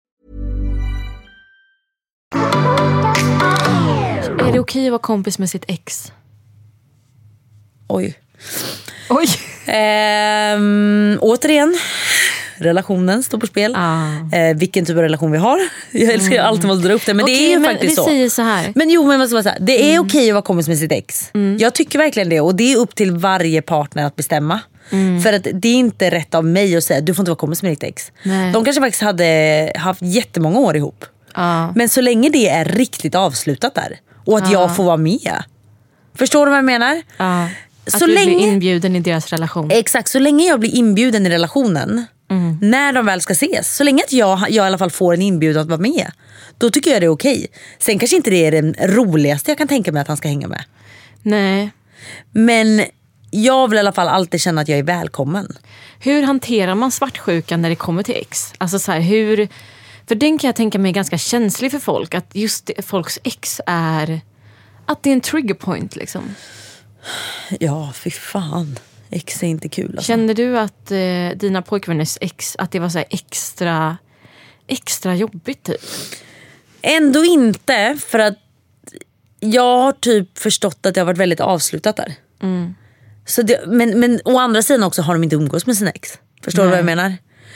Speaker 2: Är det okej att vara kompis med sitt ex?
Speaker 1: Oj.
Speaker 2: Oj!
Speaker 1: Ehm, återigen, relationen står på spel.
Speaker 2: Ah. Mm.
Speaker 1: Eh, vilken typ av relation vi har. Jag älskar ju alltid måste dra upp det men
Speaker 2: Okej,
Speaker 1: det är ju
Speaker 2: men
Speaker 1: faktiskt
Speaker 2: vi
Speaker 1: så.
Speaker 2: säger så här. Mm.
Speaker 1: Men jo men vad ska man säga, det är okej att vara kompis med sitt ex. Jag tycker verkligen det och det är upp till varje partner att bestämma.
Speaker 2: Mm.
Speaker 1: För att det är inte rätt av mig att säga du får inte vara kompis med ditt ex.
Speaker 2: Nej.
Speaker 1: De kanske faktiskt hade haft jättemånga år ihop.
Speaker 2: Ja.
Speaker 1: Men så länge det är riktigt avslutat där och att jag får vara med. Förstår du vad jag menar?
Speaker 2: Ja. Eh. Att
Speaker 1: Så
Speaker 2: du
Speaker 1: länge-
Speaker 2: blir inbjuden i deras relation.
Speaker 1: Exakt, så länge jag blir inbjuden i relationen, när de väl ska ses, så länge att jag, jag i alla fall får en inbjudan att vara med, då tycker jag det är okej. Sen kanske inte det är den roligaste jag kan tänka mig att han ska hänga med.
Speaker 2: Nej.
Speaker 1: Men jag vill i alla fall alltid känna att jag är välkommen.
Speaker 2: Hur hanterar man svartsjuka när det kommer till ex? Alltså så här, hur... För den kan jag tänka mig är ganska känslig för folk. Att just det- folks ex är... Att det är en trigger point liksom.
Speaker 1: Ja, fy fan. Ex är inte kul alltså.
Speaker 2: Kände du att eh, dina pojkvänners ex, att det var så här extra, extra jobbigt typ?
Speaker 1: Ändå inte, för att jag har typ förstått att det har varit väldigt avslutat där.
Speaker 2: Mm.
Speaker 1: Så det, men, men å andra sidan också har de inte umgås med sina ex. Förstår du
Speaker 2: Nej.
Speaker 1: vad jag menar?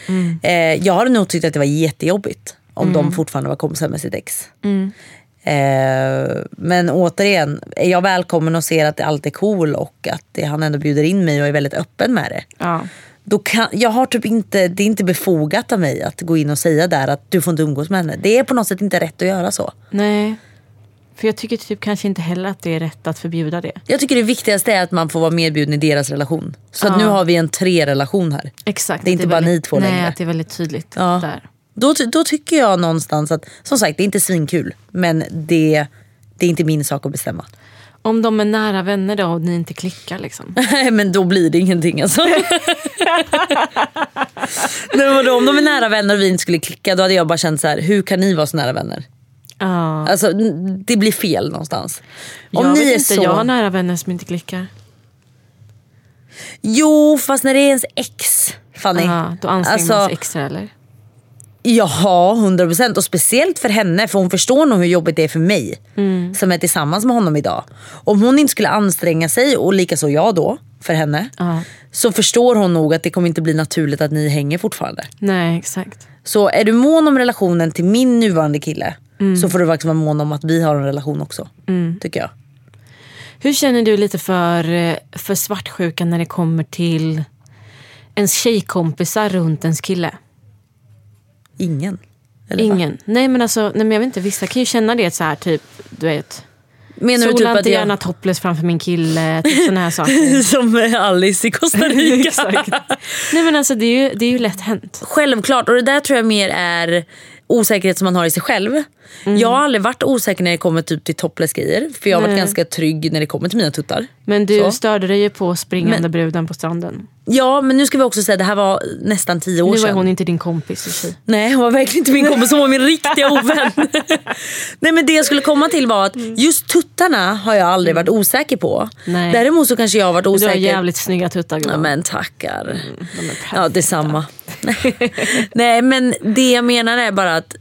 Speaker 2: Mm.
Speaker 1: Eh, jag hade nog tyckt att det var jättejobbigt om de
Speaker 2: Mm.
Speaker 1: fortfarande var kompisar med sitt ex.
Speaker 2: Mm.
Speaker 1: Eh, men återigen, är jag välkommen och ser att allt är cool och att det, han ändå bjuder in mig och är väldigt öppen med det.
Speaker 2: Ja.
Speaker 1: Då kan, jag har typ inte, det är inte befogat av mig att gå in och säga där att du får inte umgås med henne. Det är på något sätt inte rätt att göra så.
Speaker 2: Nej. För jag tycker typ kanske inte heller att det är rätt att förbjuda det.
Speaker 1: Jag tycker det viktigaste är att man får vara medbjuden i deras relation. Så att
Speaker 2: Ja.
Speaker 1: nu har vi en tre-relation här.
Speaker 2: Exakt.
Speaker 1: Det är inte bara
Speaker 2: väldigt,
Speaker 1: ni två
Speaker 2: nej,
Speaker 1: längre.
Speaker 2: att det är väldigt tydligt där.
Speaker 1: Då, ty- då tycker jag någonstans att, som sagt det är inte svinkul. Men det, det är inte min sak att bestämma.
Speaker 2: Om de är nära vänner då och ni inte klickar liksom.
Speaker 1: Nej men då blir det ingenting alltså. Nej, men då, om de är nära vänner och vi inte skulle klicka då hade jag bara känt så här: hur kan ni vara så nära vänner?
Speaker 2: Ja.
Speaker 1: Alltså n- det blir fel någonstans. Om
Speaker 2: jag
Speaker 1: ni
Speaker 2: vet
Speaker 1: är
Speaker 2: inte,
Speaker 1: så...
Speaker 2: jag har nära vänner som inte klickar.
Speaker 1: Jo fast när det är ens ex Fanny. Alltså,
Speaker 2: Ja, då anstränger man sig extra eller?
Speaker 1: Jaha, 100 procent. Och speciellt för henne, för hon förstår nog hur jobbigt det är för mig
Speaker 2: Mm.
Speaker 1: som är tillsammans med honom idag. Om hon inte skulle anstränga sig, och likaså jag då, för henne
Speaker 2: Ja.
Speaker 1: så förstår hon nog att det kommer inte bli naturligt att ni hänger fortfarande.
Speaker 2: Nej, exakt.
Speaker 1: Så är du mån om relationen till min nuvarande kille
Speaker 2: Mm.
Speaker 1: så får du faktiskt vara mån om att vi har en relation också.
Speaker 2: Mm.
Speaker 1: Tycker jag.
Speaker 2: Hur känner du lite för, eh, för svartsjuka när det kommer till ens tjejkompisar runt ens kille?
Speaker 1: Ingen. va?
Speaker 2: Ingen. Nej men, alltså, nej men jag vet inte, vissa kan ju känna det så här typ, du vet.
Speaker 1: Menar du
Speaker 2: sola
Speaker 1: typ att
Speaker 2: inte
Speaker 1: jag-
Speaker 2: gärna topless framför min kille, typ såna här saker.
Speaker 1: Som Alice i Costa Rica.
Speaker 2: Exakt. Nej men alltså det är ju, det är ju lätt hänt.
Speaker 1: Självklart, och det där tror jag mer är osäkerhet som man har i sig själv. Jag har aldrig varit osäker när det kommer typ till topless grejer. För jag har varit
Speaker 2: Mm. Nej.
Speaker 1: ganska trygg när det kommer till mina tuttar.
Speaker 2: Men du
Speaker 1: Så.
Speaker 2: störde dig ju på springande bruden på stranden.
Speaker 1: Ja, men nu ska vi också säga att det här var nästan tio år
Speaker 2: Nu var
Speaker 1: sedan.
Speaker 2: hon inte din kompis i sig.
Speaker 1: Nej, hon var verkligen inte min kompis. Hon var min riktiga ovän. Nej, men det jag skulle komma till var att just tuttarna har jag aldrig varit osäker på.
Speaker 2: Mm. Nej.
Speaker 1: Däremot så kanske jag har varit
Speaker 2: Du har
Speaker 1: osäker...
Speaker 2: jävligt Mm, snygga tuttar
Speaker 1: Ja,
Speaker 2: gumman.
Speaker 1: men tackar. ja, detsamma. Nej, men det jag menar är bara att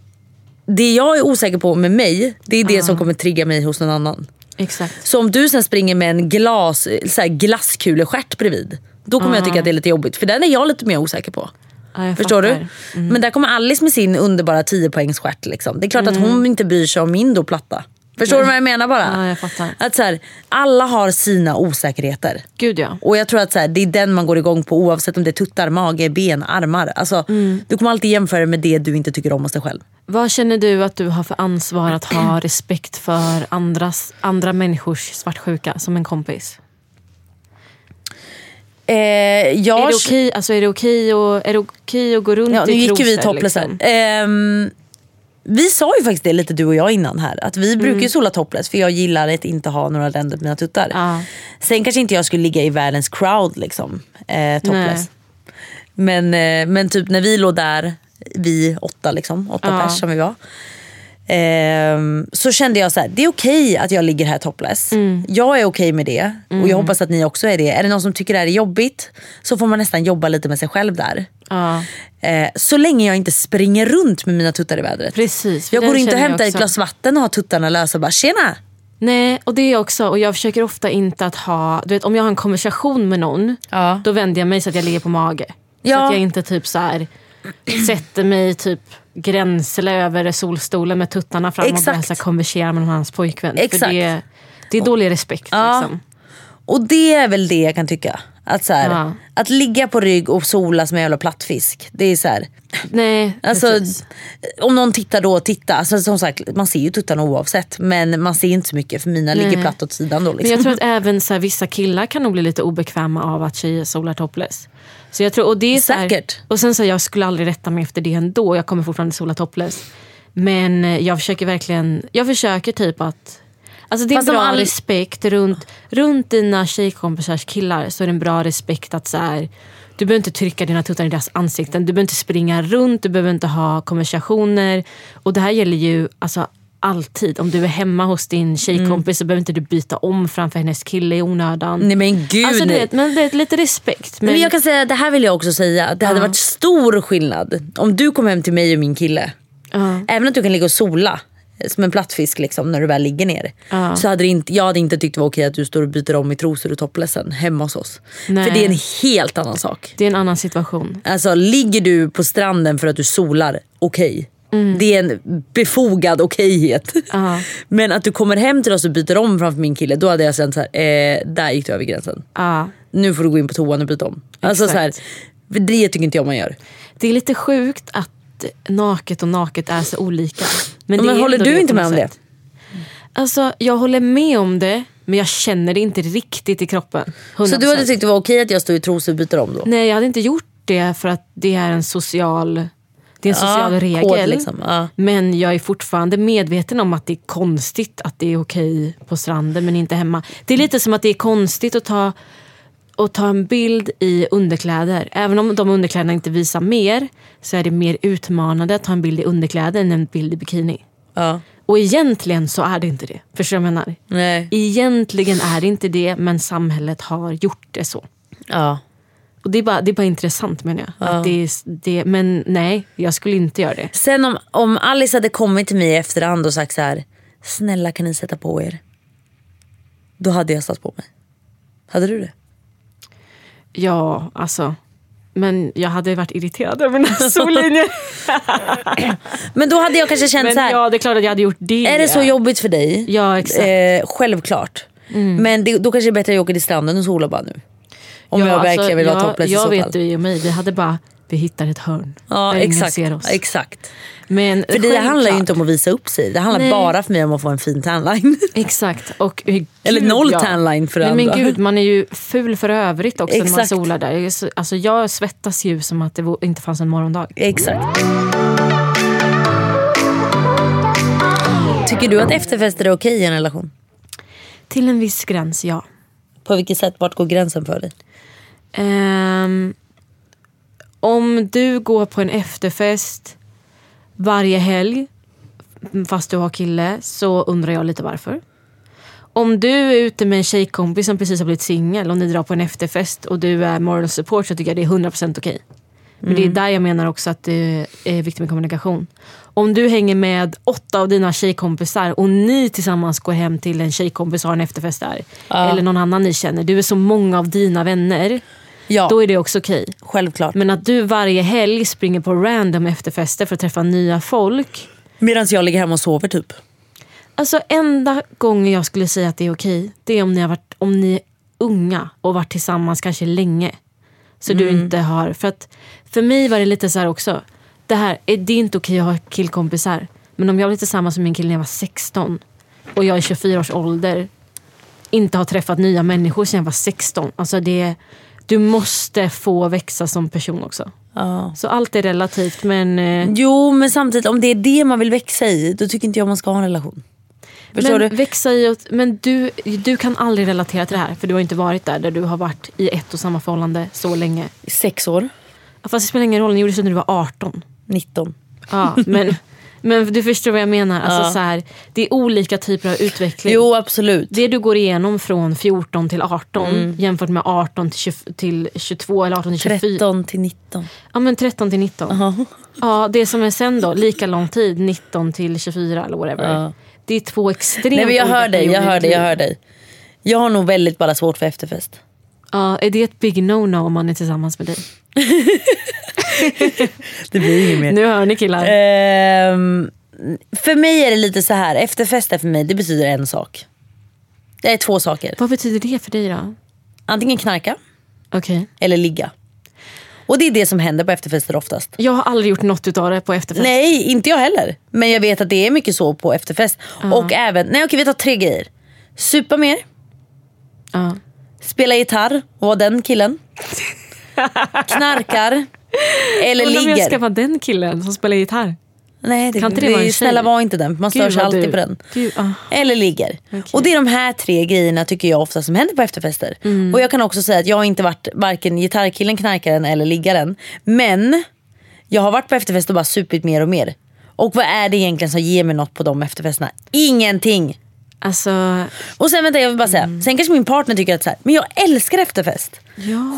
Speaker 1: det jag är osäker på med mig, det är det som kommer trigga mig hos någon annan.
Speaker 2: Exakt.
Speaker 1: Så om du sen springer med en glas, så här glasskulestjärt bredvid, då kommer jag tycka att det är lite jobbigt. För den är jag lite mer osäker på.
Speaker 2: Ja, jag
Speaker 1: Förstår
Speaker 2: fattar. Mm.
Speaker 1: du? Men där kommer Alice med sin underbara 10-poängsstjärt. Liksom. Det är klart att hon inte bryr sig om min då platta. Förstår du vad jag menar bara?
Speaker 2: Mm. Ja, jag fattar.
Speaker 1: Att så här, alla har sina osäkerheter.
Speaker 2: Gud ja.
Speaker 1: Och jag tror att så här, det är den man går igång på oavsett om det är tuttar, mage, ben, armar. Alltså, Du kommer alltid jämföra med det du inte tycker om hos dig själv.
Speaker 2: Vad känner du att du har för ansvar att ha respekt för andras, andra människors svartsjuka som en kompis? är, det okej, alltså, är, det okej att, är det okej att gå runt
Speaker 1: Ja, nu
Speaker 2: i
Speaker 1: gick ju vi
Speaker 2: trosor,
Speaker 1: topless här.
Speaker 2: liksom?
Speaker 1: Ehm, vi sa ju faktiskt det lite du och jag innan här. Att vi brukar ju sola topless för jag gillar att inte ha några ränder på mina tuttar. Sen kanske inte jag skulle ligga i världens crowd liksom. Eh, topless.
Speaker 2: Nej.
Speaker 1: Men, eh, men typ när vi låg där, vi åtta liksom, åtta
Speaker 2: Ja.
Speaker 1: pers som vi var. ehm, så kände jag så här, det är okej att jag ligger här topless.
Speaker 2: Mm.
Speaker 1: Jag är okej med det och jag hoppas att ni också är det. Är det någon som tycker det här är jobbigt så får man nästan jobba lite med sig själv där.
Speaker 2: Ja,
Speaker 1: Eh, så länge jag inte springer runt med mina tuttar i vädret.
Speaker 2: precis. För
Speaker 1: Jag
Speaker 2: den
Speaker 1: går inte och
Speaker 2: känner jag
Speaker 1: hämtar ett
Speaker 2: också.
Speaker 1: glas vatten och har tuttarna lösa och bara tjena.
Speaker 2: Nej, och det är jag också. Och jag försöker ofta inte att ha... Du vet, om jag har en konversation med någon, då vänder jag mig så att jag ligger på mage. Så
Speaker 1: Ja.
Speaker 2: att jag inte typ så här, sätter mig typ gränsle över solstolen med tuttarna fram och börjar
Speaker 1: Exakt.
Speaker 2: så här konversera med hans pojkvän. För
Speaker 1: Exakt.
Speaker 2: det, det är dålig respekt.
Speaker 1: Ja.
Speaker 2: Liksom.
Speaker 1: Och det är väl det jag kan tycka. Att, så här,
Speaker 2: Ja.
Speaker 1: att ligga på rygg och sola som en jävla plattfisk. Det är så här,
Speaker 2: Nej,
Speaker 1: alltså,
Speaker 2: precis.
Speaker 1: om någon tittar då, titta. Alltså, som sagt, man ser ju tuttarna oavsett. Men man ser inte så mycket för mina
Speaker 2: Nej.
Speaker 1: ligger platt åt sidan då. Liksom.
Speaker 2: Men jag tror att även så här, vissa killar kan nog bli lite obekväma av att tjejer solar topless. Så jag tror, och det är så här,
Speaker 1: Säkert.
Speaker 2: Och sen så här, jag skulle aldrig rätta mig efter det ändå. Jag kommer fortfarande sola topless. Men eh, jag försöker verkligen, jag försöker typ att Alltså det är
Speaker 1: Fast
Speaker 2: en
Speaker 1: om
Speaker 2: bra
Speaker 1: all-
Speaker 2: respekt runt, runt dina tjejkompisars killar så är det en bra respekt att så här, du behöver inte trycka dina tuttar i deras ansikten. Du behöver inte springa runt, du behöver inte ha konversationer. Och det här gäller ju alltså, alltid. Om du är hemma hos din tjejkompis så behöver inte du byta om framför hennes kille i onödan.
Speaker 1: Nej men gud.
Speaker 2: alltså, du
Speaker 1: nej.
Speaker 2: vet, men det är lite respekt.
Speaker 1: Men,
Speaker 2: Men,
Speaker 1: jag kan säga, det här vill jag också säga. Det hade
Speaker 2: Ja.
Speaker 1: varit stor skillnad om du kom hem till mig och min kille.
Speaker 2: Ja.
Speaker 1: Även att du kan ligga och sola. som en plattfisk liksom, när du väl ligger ner.
Speaker 2: Ja.
Speaker 1: Så hade det inte, jag hade inte tyckt det var okej att du står och byter om i trosor och topplessen hemma hos oss.
Speaker 2: Nej.
Speaker 1: För det är en helt annan sak.
Speaker 2: Det är en annan situation.
Speaker 1: Alltså ligger du på stranden för att du solar, okej.
Speaker 2: Mm.
Speaker 1: Det är en befogad okejhet. Men att du kommer hem till oss och byter om framför min kille, då hade jag känt så här, eh, där gick du över gränsen.
Speaker 2: Ja.
Speaker 1: Nu får du gå in på toan och byta om. Alltså, så här, för det tycker inte jag man gör.
Speaker 2: Det är lite sjukt att naket och naket är så olika.
Speaker 1: Men,
Speaker 2: det är
Speaker 1: håller
Speaker 2: ändå
Speaker 1: du
Speaker 2: det
Speaker 1: inte
Speaker 2: på
Speaker 1: med
Speaker 2: något
Speaker 1: om det?
Speaker 2: sätt. Alltså, jag håller med om det, men jag känner det inte riktigt i kroppen.
Speaker 1: Så du
Speaker 2: 100%.
Speaker 1: hade tyckt det var okej att jag står i trosor och byter om då?
Speaker 2: Nej, jag hade inte gjort det för att det är en social, det är en
Speaker 1: Ja,
Speaker 2: social
Speaker 1: kod
Speaker 2: regel.
Speaker 1: liksom, ja.
Speaker 2: Men jag är fortfarande medveten om att det är konstigt att det är okej på stranden men inte hemma. Det är lite som att det är konstigt att ta, att ta en bild i underkläder. Även om de underkläderna inte visar mer så är det mer utmanande att ta en bild i underkläder än en bild i bikini.
Speaker 1: Ja.
Speaker 2: Och egentligen så är det inte det. Förstår du vad jag menar?
Speaker 1: Nej.
Speaker 2: Egentligen är det inte det, men samhället har gjort det så.
Speaker 1: Ja.
Speaker 2: Och det, är bara, det är bara intressant menar jag. Att det är, s- det, men nej, jag skulle inte göra det.
Speaker 1: Sen om, om Alice hade kommit till mig i efterhand och sagt så här, snälla kan ni sätta på er? Då hade jag satt på mig. Hade du det?
Speaker 2: Ja, alltså. Men jag hade varit irriterad över mina sollinjer.
Speaker 1: Men då hade jag kanske känt
Speaker 2: men
Speaker 1: så här,
Speaker 2: ja, det är klart att jag hade gjort det.
Speaker 1: är det så jobbigt för dig?
Speaker 2: Ja, exakt.
Speaker 1: Eh, självklart. Men det, då kanske det är bättre att jag åker till stranden och solar bara nu. Om
Speaker 2: Ja,
Speaker 1: jag
Speaker 2: alltså,
Speaker 1: verkligen vill ha
Speaker 2: jag-
Speaker 1: topless i
Speaker 2: Jag
Speaker 1: så
Speaker 2: vet
Speaker 1: fall.
Speaker 2: du och mig, vi hade bara, vi hittar ett hörn.
Speaker 1: Ja,
Speaker 2: där ingen
Speaker 1: exakt.
Speaker 2: ser oss.
Speaker 1: exakt.
Speaker 2: Men
Speaker 1: För det handlar ju
Speaker 2: självklart.
Speaker 1: inte om att visa upp sig. Det handlar
Speaker 2: Nej.
Speaker 1: bara för mig om att få en fin tanline.
Speaker 2: Exakt. Och, eh, gud,
Speaker 1: Eller noll
Speaker 2: ja.
Speaker 1: tanline för
Speaker 2: Nej,
Speaker 1: andra.
Speaker 2: Men gud, man är ju ful för övrigt också när man
Speaker 1: Exakt.
Speaker 2: solar där. Jag är så- Alltså, jag svettas ju som att det vo- inte fanns en morgondag.
Speaker 1: Exakt. Tycker du att efterfester är okej i en relation?
Speaker 2: Till en viss gräns, ja.
Speaker 1: På vilket sätt, vart går gränsen för dig?
Speaker 2: Ehm, om du går på en efterfest varje helg fast du har kille så undrar jag lite varför. Om du är ute med en tjejkompis som precis har blivit singel och ni drar på en efterfest och du är moral support så tycker jag det är 100% okej. Men det är där jag menar också att det är viktigt med kommunikation. Om du hänger med åtta av dina tjejkompisar och ni tillsammans går hem till en tjejkompis och har en efterfest där. Eller någon annan ni känner. Du är så många av dina vänner.
Speaker 1: Ja.
Speaker 2: Då är det också okej.
Speaker 1: Självklart.
Speaker 2: Men att du varje helg springer på random efterfester för att träffa nya folk.
Speaker 1: Medan jag ligger hemma och sover typ.
Speaker 2: Alltså enda gången jag skulle säga att det är okej, det är om ni, har varit, om ni är unga och varit tillsammans kanske länge. Så du inte har... För, att, för mig var det lite så här också. Det, här, eh, det är inte okej att ha killkompisar. Men om jag blev tillsammans med min kille när jag var 16 och jag är 24 års ålder inte har träffat nya människor sedan jag var 16. Alltså det, du måste få växa som person också. Så allt är relativt. Men, eh,
Speaker 1: Jo men samtidigt om det är det man vill växa i då tycker inte jag man ska ha en relation. Förstår
Speaker 2: men
Speaker 1: du?
Speaker 2: Växa i åt, men du, du kan aldrig relatera till det här. För du har inte varit där, där du har varit i ett och samma förhållande så länge.
Speaker 1: Sex år,
Speaker 2: Fast det spelar ingen roll, ni gjorde så när du var 18.
Speaker 1: 19.
Speaker 2: Ja, men, men du förstår vad jag menar. Alltså,
Speaker 1: Ja.
Speaker 2: så här, det är olika typer av utveckling.
Speaker 1: Jo absolut.
Speaker 2: Det du går igenom från 14 till 18
Speaker 1: Mm.
Speaker 2: jämfört med 18 till, 20, till 22 eller 18 till 24.
Speaker 1: 13 till 19.
Speaker 2: Ja, men 13 till 19. Ja, det som är sen då, lika lång tid, 19 till 24 eller whatever. Det är två extremt
Speaker 1: Nej men jag
Speaker 2: olika
Speaker 1: hör dig, jag
Speaker 2: perioder i
Speaker 1: hör
Speaker 2: ditt
Speaker 1: dig, jag
Speaker 2: liv.
Speaker 1: hör dig. Jag har nog väldigt bara svårt för efterfest.
Speaker 2: Ja, är det ett big no-no om man är tillsammans med dig?
Speaker 1: Det blir inget mer.
Speaker 2: Nu hör ni killar.
Speaker 1: eh. Ehm, för mig är det lite så här, efterfester för mig det betyder en sak. Det är två saker.
Speaker 2: Vad betyder det för dig då?
Speaker 1: Antingen knarka
Speaker 2: Okej.
Speaker 1: eller ligga. Och det är det som händer på efterfester oftast.
Speaker 2: Jag har aldrig gjort något utav det på efterfest.
Speaker 1: Nej, inte jag heller. Men jag vet att det är mycket så på efterfest. Och även, nej okej vi tar tre grejer. Supa mer,
Speaker 2: Ja.
Speaker 1: spela gitarr och vara den killen. Knarkar. Eller
Speaker 2: Undrar om jag ska
Speaker 1: ligger.
Speaker 2: vara den killen som spelar gitarr.
Speaker 1: Nej, det,
Speaker 2: Kan inte det
Speaker 1: vi-
Speaker 2: vara en tjej?
Speaker 1: snälla var inte den. för Man
Speaker 2: Gud,
Speaker 1: stör sig
Speaker 2: vad
Speaker 1: alltid
Speaker 2: du-
Speaker 1: på den.
Speaker 2: Gud, ah.
Speaker 1: Eller ligger. Och det är de här tre grejerna tycker jag ofta som händer på efterfester.
Speaker 2: Mm.
Speaker 1: Och jag kan också säga att jag har inte varit varken gitarrkillen, knarkaren eller liggaren. Men jag har varit på efterfest och bara supit mer och mer. Och vad är det egentligen som ger mig något på de efterfesterna? Ingenting!
Speaker 2: Alltså,
Speaker 1: Och sen vänta jag vill bara säga, sen kanske min partner tycker att så här, men jag älskar efterfest.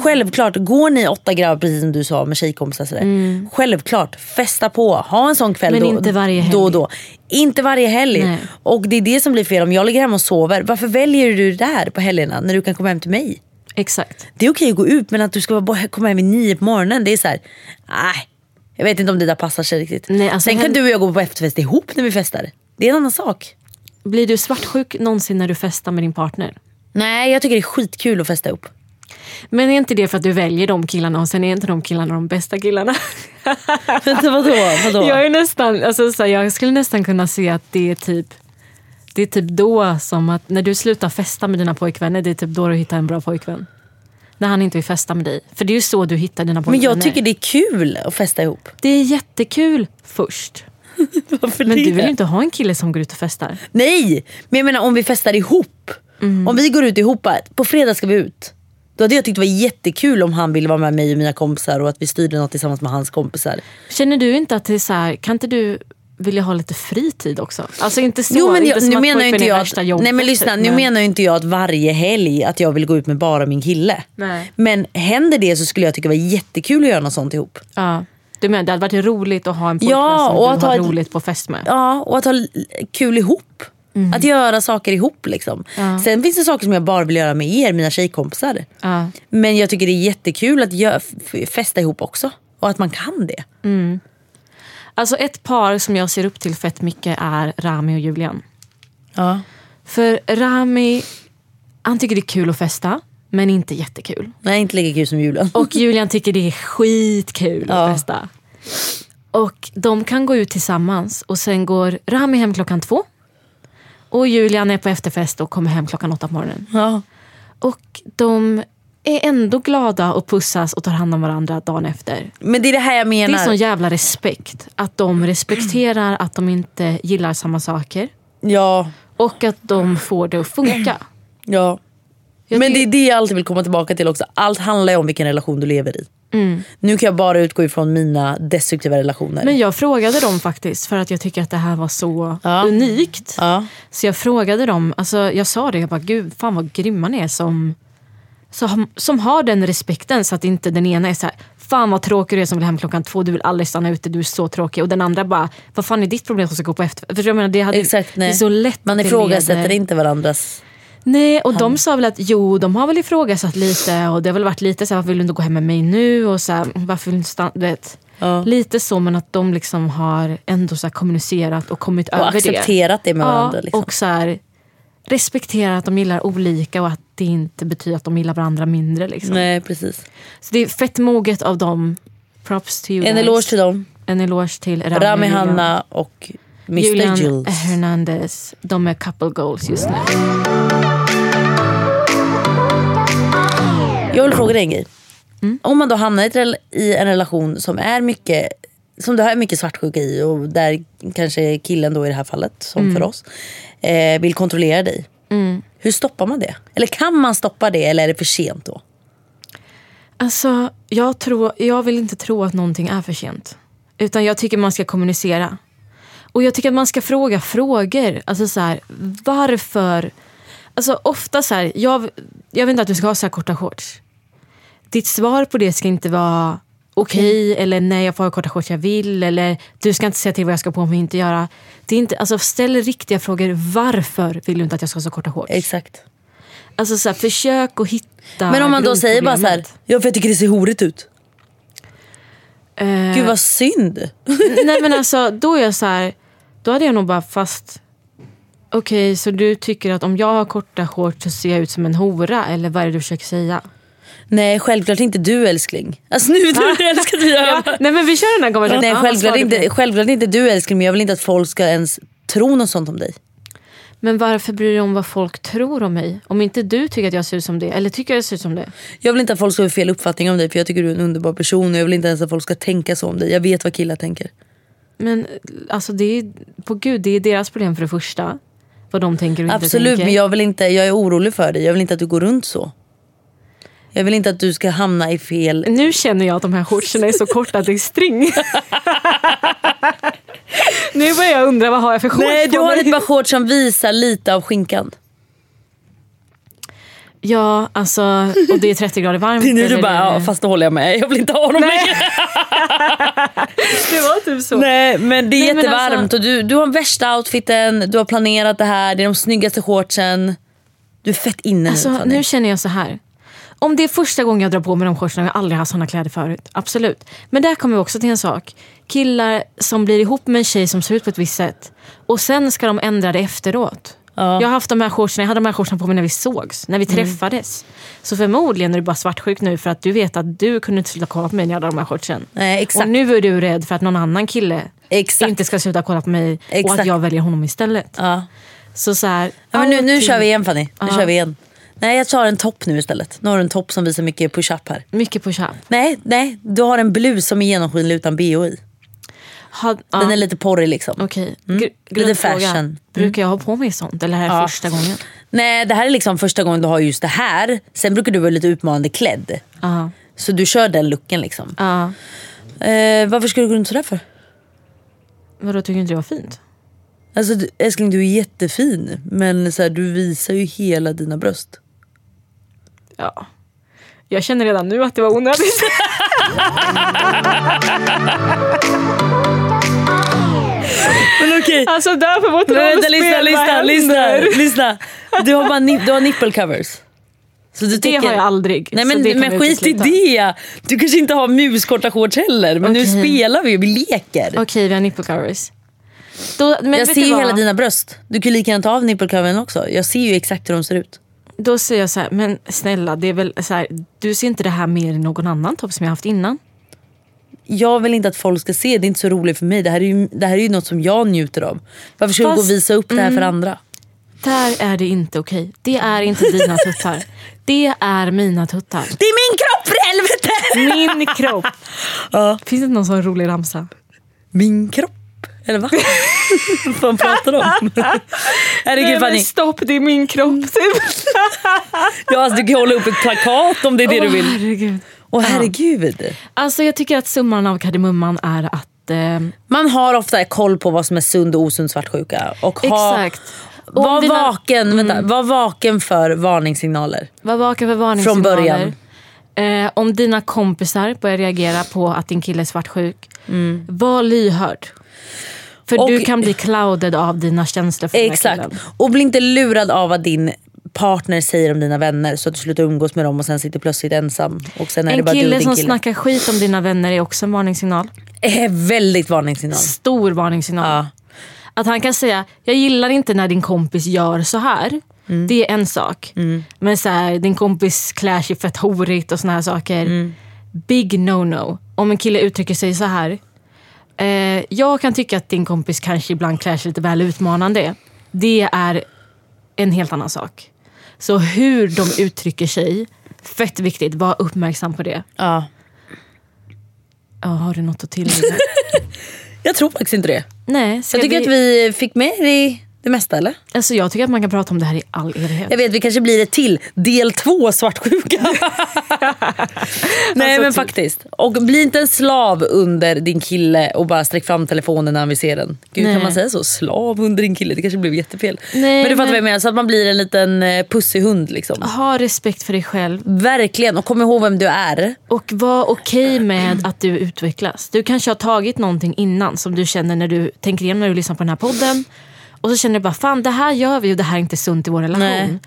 Speaker 1: Självklart, går ni åtta grabbar precis som du sa med tjejkompisar sådär.
Speaker 2: Mm.
Speaker 1: Självklart, festa på, ha en sån kväll
Speaker 2: Men
Speaker 1: då,
Speaker 2: inte varje helg.
Speaker 1: då och då. Inte varje helg.
Speaker 2: Nej.
Speaker 1: Och det är det som blir fel om jag ligger hemma och sover. Varför väljer du det här på helgerna när du kan komma hem till mig?
Speaker 2: Exakt.
Speaker 1: Det är okej att gå ut men att du ska vara bo- komma hem vid nio på morgonen, det är så här, nej. Jag vet inte om det där passar sig riktigt.
Speaker 2: alltså,
Speaker 1: Sen kan
Speaker 2: hell-
Speaker 1: du och jag gå på efterfest ihop när vi festar. Det är en annan sak.
Speaker 2: Blir du svartsjuk någonsin när du festar med din partner?
Speaker 1: Nej, jag tycker det är skitkul att festa ihop.
Speaker 2: Men är inte det för att du väljer de killarna och sen är inte de killarna de bästa killarna?
Speaker 1: Vänta, vadå? vadå?
Speaker 2: Jag, är nästan, alltså, så här, jag skulle nästan kunna se att det är typ det är typ då som att när du slutar festa med dina pojkvänner, det är typ då du hittar en bra pojkvän. När han inte vill festa med dig. För det är ju så du hittar dina
Speaker 1: Men
Speaker 2: pojkvänner.
Speaker 1: jag tycker det är kul att festa ihop.
Speaker 2: Det är jättekul först.
Speaker 1: Varför
Speaker 2: Men
Speaker 1: det?
Speaker 2: du vill ju inte ha en kille som går ut och festar.
Speaker 1: Nej, men jag menar om vi festar ihop.
Speaker 2: Mm.
Speaker 1: Om vi går ut ihop, bara, på fredag ska vi ut. Då hade jag tyckt det var jättekul om han ville vara med mig och mina kompisar och att vi styrde något tillsammans med hans kompisar.
Speaker 2: Känner du inte att det är så här, kan inte du vilja ha lite fritid också? Alltså inte så,
Speaker 1: jo, men
Speaker 2: inte
Speaker 1: jag,
Speaker 2: som
Speaker 1: nu
Speaker 2: att
Speaker 1: menar ju
Speaker 2: pojkvän
Speaker 1: inte
Speaker 2: är
Speaker 1: jag
Speaker 2: värsta
Speaker 1: att,
Speaker 2: jobbet.
Speaker 1: nej, men lyssna,
Speaker 2: typ,
Speaker 1: nu
Speaker 2: men-
Speaker 1: menar ju inte jag att varje helg att jag vill gå ut med bara min kille.
Speaker 2: Nej.
Speaker 1: Men händer det så skulle jag tycka det var jättekul att göra något sånt ihop.
Speaker 2: Ja. Du menar, det hade varit roligt att ha en pojkvän
Speaker 1: Ja,
Speaker 2: som
Speaker 1: och
Speaker 2: du
Speaker 1: att
Speaker 2: har
Speaker 1: ha ett-
Speaker 2: roligt på fest med.
Speaker 1: Ja, och att ha l- kul ihop. Att göra saker ihop liksom.
Speaker 2: Mm. Ja.
Speaker 1: Sen finns det saker som jag bara vill göra med er, mina tjejkompisar.
Speaker 2: Ja.
Speaker 1: Men jag tycker det är jättekul att gö- f- festa ihop också. Och att man kan det.
Speaker 2: Mm. Alltså ett par som jag ser upp till fett mycket är Rami och Julian.
Speaker 1: Ja.
Speaker 2: För Rami, han tycker det är kul att festa, men inte jättekul.
Speaker 1: Nej, inte lika kul som julen.
Speaker 2: Och Julian tycker det är skitkul att festa. Och de kan gå ut tillsammans och sen går Rami hem klockan två. Och Julian är på efterfest och kommer hem klockan åtta på morgonen.
Speaker 1: Ja.
Speaker 2: Och de är ändå glada och pussas och tar hand om varandra dagen efter.
Speaker 1: Men det är det här jag menar.
Speaker 2: Det är sån jävla respekt. Att de respekterar att de inte gillar samma saker.
Speaker 1: Ja.
Speaker 2: Och att de får det att funka.
Speaker 1: Ja. Men det är det jag alltid vill komma tillbaka till också. Allt handlar ju om vilken relation du lever i.
Speaker 2: Mm.
Speaker 1: Nu kan jag bara utgå ifrån mina destruktiva relationer.
Speaker 2: Men jag frågade dem faktiskt, för att jag tycker att det här var så unikt. Så jag frågade dem, alltså jag sa det, jag bara gud fan vad grymma ni är som, som, som har den respekten så att inte den ena är så här, fan vad tråkig du är som vill hem klockan två, du vill aldrig stanna ute, du är så tråkig. Och den andra bara, vad fan är ditt problem som ska gå på efter? För jag menar, det, hade,
Speaker 1: Exakt,
Speaker 2: det är
Speaker 1: nej.
Speaker 2: så lätt.
Speaker 1: Man
Speaker 2: att det
Speaker 1: ifrågasätter
Speaker 2: leder-
Speaker 1: inte varandras...
Speaker 2: Nej, och de sa väl att jo, de har väl ifrågasatt lite och det har väl varit lite så här, varför vill du inte gå hem med mig nu? Och så här, varför vill du inte stanna? Du vet. Lite så, men att de liksom har ändå så här kommunicerat och kommit
Speaker 1: Och
Speaker 2: över det.
Speaker 1: accepterat det med varandra,
Speaker 2: Ja,
Speaker 1: liksom.
Speaker 2: och så här, respekterat att de gillar olika och att det inte betyder att de gillar varandra mindre. Liksom.
Speaker 1: Nej, precis.
Speaker 2: Så det är fett moget av dem. Props to you
Speaker 1: En
Speaker 2: guys.
Speaker 1: eloge till dem.
Speaker 2: En eloge till Rami,
Speaker 1: Rami
Speaker 2: Julian.
Speaker 1: Hanna och Mr
Speaker 2: Julian eh,
Speaker 1: Jules.
Speaker 2: Hernandez. De är couple goals just nu.
Speaker 1: Jag vill fråga dig en grej.
Speaker 2: Mm.
Speaker 1: Om man då hamnar i ett rel- i en relation som är mycket som du har mycket svartsjuka i och där kanske killen då i det här fallet, som
Speaker 2: Mm.
Speaker 1: för oss, eh, vill kontrollera dig.
Speaker 2: Mm.
Speaker 1: Hur stoppar man det? Eller kan man stoppa det eller är det för sent då?
Speaker 2: Alltså, jag, tror, jag vill inte tro att någonting är för sent. Utan jag tycker man ska kommunicera. Och jag tycker att man ska fråga frågor. Alltså så här, varför? Alltså ofta så här, jag, jag vet inte att du ska ha så här korta shorts. Ditt svar på det ska inte vara okej eller nej jag får ha korta shorts jag vill eller du ska inte säga till vad jag ska på mig och inte göra. Det är inte, alltså ställ riktiga frågor. Varför vill du inte att jag ska ha så korta shorts?
Speaker 1: Exakt.
Speaker 2: Alltså så här, försök att hitta
Speaker 1: Men om man då säger bara så här,
Speaker 2: grundproblemet.
Speaker 1: ja för jag tycker det ser horigt ut.
Speaker 2: Eh,
Speaker 1: Gud vad synd.
Speaker 2: Nej men alltså, då är jag så här, då hade jag nog bara fast, okej så du tycker att om jag har korta shorts så ser jag ut som en hora eller vad är det du försöker säga?
Speaker 1: Nej självklart inte du älskling. Alltså nu du älskar du
Speaker 2: ja, Nej men vi kör den här konversationen.
Speaker 1: Nej
Speaker 2: Ja, vad
Speaker 1: självklart
Speaker 2: svarar du på?
Speaker 1: inte, självklart inte du älskling men jag vill inte att folk ska ens tro något sånt om dig.
Speaker 2: Men varför bryr du dig om vad folk tror om mig? Om inte du tycker att jag ser ut som det, eller tycker jag ser ut som det?
Speaker 1: Jag vill inte att folk ska ha fel uppfattning om dig för jag tycker du är en underbar person och jag vill inte ens att folk ska tänka så om dig. Jag vet vad killar tänker.
Speaker 2: Men alltså det är, på gud, det är deras problem för det första. Vad de tänker och inte
Speaker 1: Absolut
Speaker 2: tänker.
Speaker 1: men jag, vill inte, jag är orolig för dig. Jag vill inte att du går runt så. Jag Jag vill inte att du ska hamna i fel...
Speaker 2: Nu känner jag att de här shortsen är så korta att det är string. nu börjar jag undra vad har jag för shorts
Speaker 1: Nej,
Speaker 2: på
Speaker 1: du har
Speaker 2: mig?
Speaker 1: ett par shorts som visar lite av skinkan.
Speaker 2: Ja, alltså, och det är 30 grader varmt.
Speaker 1: Det är nu
Speaker 2: eller-
Speaker 1: du bara, ja, fast då håller jag med. Jag vill inte ha dem längre.
Speaker 2: Det var typ så.
Speaker 1: Nej, men det är
Speaker 2: Nej, men
Speaker 1: jättevarmt
Speaker 2: alltså-
Speaker 1: och du, du har värsta outfiten, du har planerat det här, det är de snyggaste shortsen. Du är fett inne nu
Speaker 2: Alltså,
Speaker 1: Fanny.
Speaker 2: nu känner jag så här. Om det är första gången jag drar på mig de shortsen, jag har aldrig haft såna kläder förut. Absolut. Men där kommer vi också till en sak. Killar som blir ihop med en tjej som ser ut på ett visst sätt och sen ska de ändra det efteråt. Jag har haft de här shortsen, jag hade de här shortsen på mig när vi sågs,
Speaker 1: Mm.
Speaker 2: när vi träffades. Så förmodligen är du bara svartsjuk nu för att du vet att du kunde inte sluta kolla på mig när jag hade de här shortsen.
Speaker 1: Nej,
Speaker 2: Och
Speaker 1: exakt.
Speaker 2: nu är du rädd för att någon annan kille
Speaker 1: Exakt.
Speaker 2: inte ska sluta kolla på mig och
Speaker 1: Exakt.
Speaker 2: att jag väljer honom istället.
Speaker 1: Ja.
Speaker 2: Så så här,
Speaker 1: Ja, men nu, nu
Speaker 2: allting-
Speaker 1: kör vi igen Fanny. Nu
Speaker 2: Ja.
Speaker 1: kör vi igen. Nej, jag tar en topp nu istället. Nu har du en topp som visar mycket push-up här.
Speaker 2: Mycket push up.
Speaker 1: Nej, nej. Du har en blus som är genomskinlig utan bh i.
Speaker 2: Had, ja.
Speaker 1: Den är lite porrig liksom.
Speaker 2: Okej,
Speaker 1: Mm.
Speaker 2: Gr-
Speaker 1: Lite
Speaker 2: grundfråga.
Speaker 1: fashion. Mm.
Speaker 2: Brukar jag ha på mig sånt eller är det här första gången?
Speaker 1: Nej, det här är liksom första gången du har just det här. Sen brukar du vara lite utmanande klädd.
Speaker 2: Ja.
Speaker 1: Så du kör den looken liksom.
Speaker 2: Ja.
Speaker 1: Eh, varför ska du gå runt sådär för?
Speaker 2: Vadå, tycker inte det var fint?
Speaker 1: Alltså du- älskling du är jättefin men så här, du visar ju hela dina bröst.
Speaker 2: Ja. Jag känner redan nu att det var onödigt.
Speaker 1: Men okej.
Speaker 2: alltså därför vårt
Speaker 1: Men vänta, lyssna, lyssna, lyssna,
Speaker 2: händer.
Speaker 1: lyssna. Du har bara ni- du har nipple covers. Så du
Speaker 2: Det har jag aldrig.
Speaker 1: Nej
Speaker 2: så
Speaker 1: men,
Speaker 2: det kan
Speaker 1: men
Speaker 2: vi
Speaker 1: skit i
Speaker 2: utesluta.
Speaker 1: det. Du kanske inte har muskorta shorts heller. Men nu
Speaker 2: Okej.
Speaker 1: spelar vi ju, vi leker.
Speaker 2: Okej, vi har nipple covers. Då, men
Speaker 1: jag
Speaker 2: vet
Speaker 1: ser
Speaker 2: du
Speaker 1: ju
Speaker 2: vad?
Speaker 1: hela dina bröst. Du kan ju lika gärna ta av nipple covern också. Jag ser ju exakt hur de ser ut.
Speaker 2: Då säger jag så här, men snälla, det är väl så här, du ser inte det här mer än någon annan topp som jag haft innan?
Speaker 1: Jag vill inte att folk ska se, det är inte så roligt för mig. Det här är ju, det här är ju något som jag njuter av. Varför ska du gå och
Speaker 2: Fast- mm.
Speaker 1: visa upp det här för andra?
Speaker 2: Där är det inte okej. Det är inte dina tuttar. Det är mina tuttar.
Speaker 1: Det är min kropp för helvete!
Speaker 2: Min kropp.
Speaker 1: Ja.
Speaker 2: Finns det inte någon sån rolig ramsa?
Speaker 1: Min kropp? Eller va? Vad fan pratar du om? Herregud Fanny,
Speaker 2: stopp, det är min kropp. Typ.
Speaker 1: ja, alltså, du kan hålla upp ett plakat om det är det du vill.
Speaker 2: herregud.
Speaker 1: Åh herregud.
Speaker 2: Alltså, jag tycker att summan av kardemumman är att... Eh,
Speaker 1: Man har ofta koll på vad som är sund och osund svartsjuka. Och ha,
Speaker 2: exakt. Och
Speaker 1: Var,
Speaker 2: dina-
Speaker 1: vaken, vänta, var vaken för varningssignaler.
Speaker 2: Var vaken för varningssignaler.
Speaker 1: Från början.
Speaker 2: Eh, om dina kompisar börjar reagera på att din kille är svartsjuk, var lyhörd. För
Speaker 1: Mm. Och-
Speaker 2: du kan bli clouded av dina känslor för den här
Speaker 1: Exakt.
Speaker 2: killen.
Speaker 1: Och bli inte lurad av vad din partner säger om dina vänner så att du slutar umgås med dem och sen sitter plötsligt ensam. Och sen är det
Speaker 2: En
Speaker 1: bara du och
Speaker 2: kille
Speaker 1: din
Speaker 2: som
Speaker 1: kille.
Speaker 2: snackar skit om dina vänner är också en varningssignal.
Speaker 1: Eh, väldigt varningssignal.
Speaker 2: Stor varningssignal.
Speaker 1: Ja.
Speaker 2: Att han kan säga, jag gillar inte när din kompis gör så här. Det är en sak. Men så här, din kompis klär sig fett horigt och såna här saker. Big no-no. Om en kille uttrycker sig så här. Eh, jag kan tycka att din kompis kanske ibland klär sig lite väl utmanande. Det är en helt annan sak. Så hur de uttrycker sig, fett viktigt. Var uppmärksam på det.
Speaker 1: Ja.
Speaker 2: Ja, har du något att tillägga?
Speaker 1: Jag tror faktiskt inte det.
Speaker 2: Nej, ska
Speaker 1: Jag tycker
Speaker 2: vi...
Speaker 1: att vi fick med det, det mesta eller?
Speaker 2: Alltså, jag tycker att man kan prata om det här i all evighet.
Speaker 1: Jag vet, vi kanske blir ett till del två svartsjuka. Nej
Speaker 2: Alltså,
Speaker 1: men
Speaker 2: typ.
Speaker 1: faktiskt. Och bli inte en slav under din kille och bara sträck fram telefonen när han vill se den. Gud kan
Speaker 2: Nej.
Speaker 1: man säga så? Slav under din kille, det kanske blev jättefel.
Speaker 2: Nej,
Speaker 1: men du fattar
Speaker 2: men-
Speaker 1: vad jag menar, så att man blir en liten eh, pussyhund liksom.
Speaker 2: Ha respekt för dig själv
Speaker 1: Verkligen, och kom ihåg vem du är.
Speaker 2: och var okej med att du utvecklas. Du kanske har tagit någonting innan som du känner när du tänker igenom när du lyssnar på den här podden. Och så känner du bara, fan det här gör vi och det här är inte sunt i vår relation.
Speaker 1: Nej.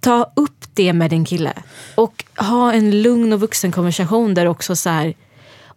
Speaker 2: Ta upp det med din kille. Och ha en lugn och vuxen konversation där också så här.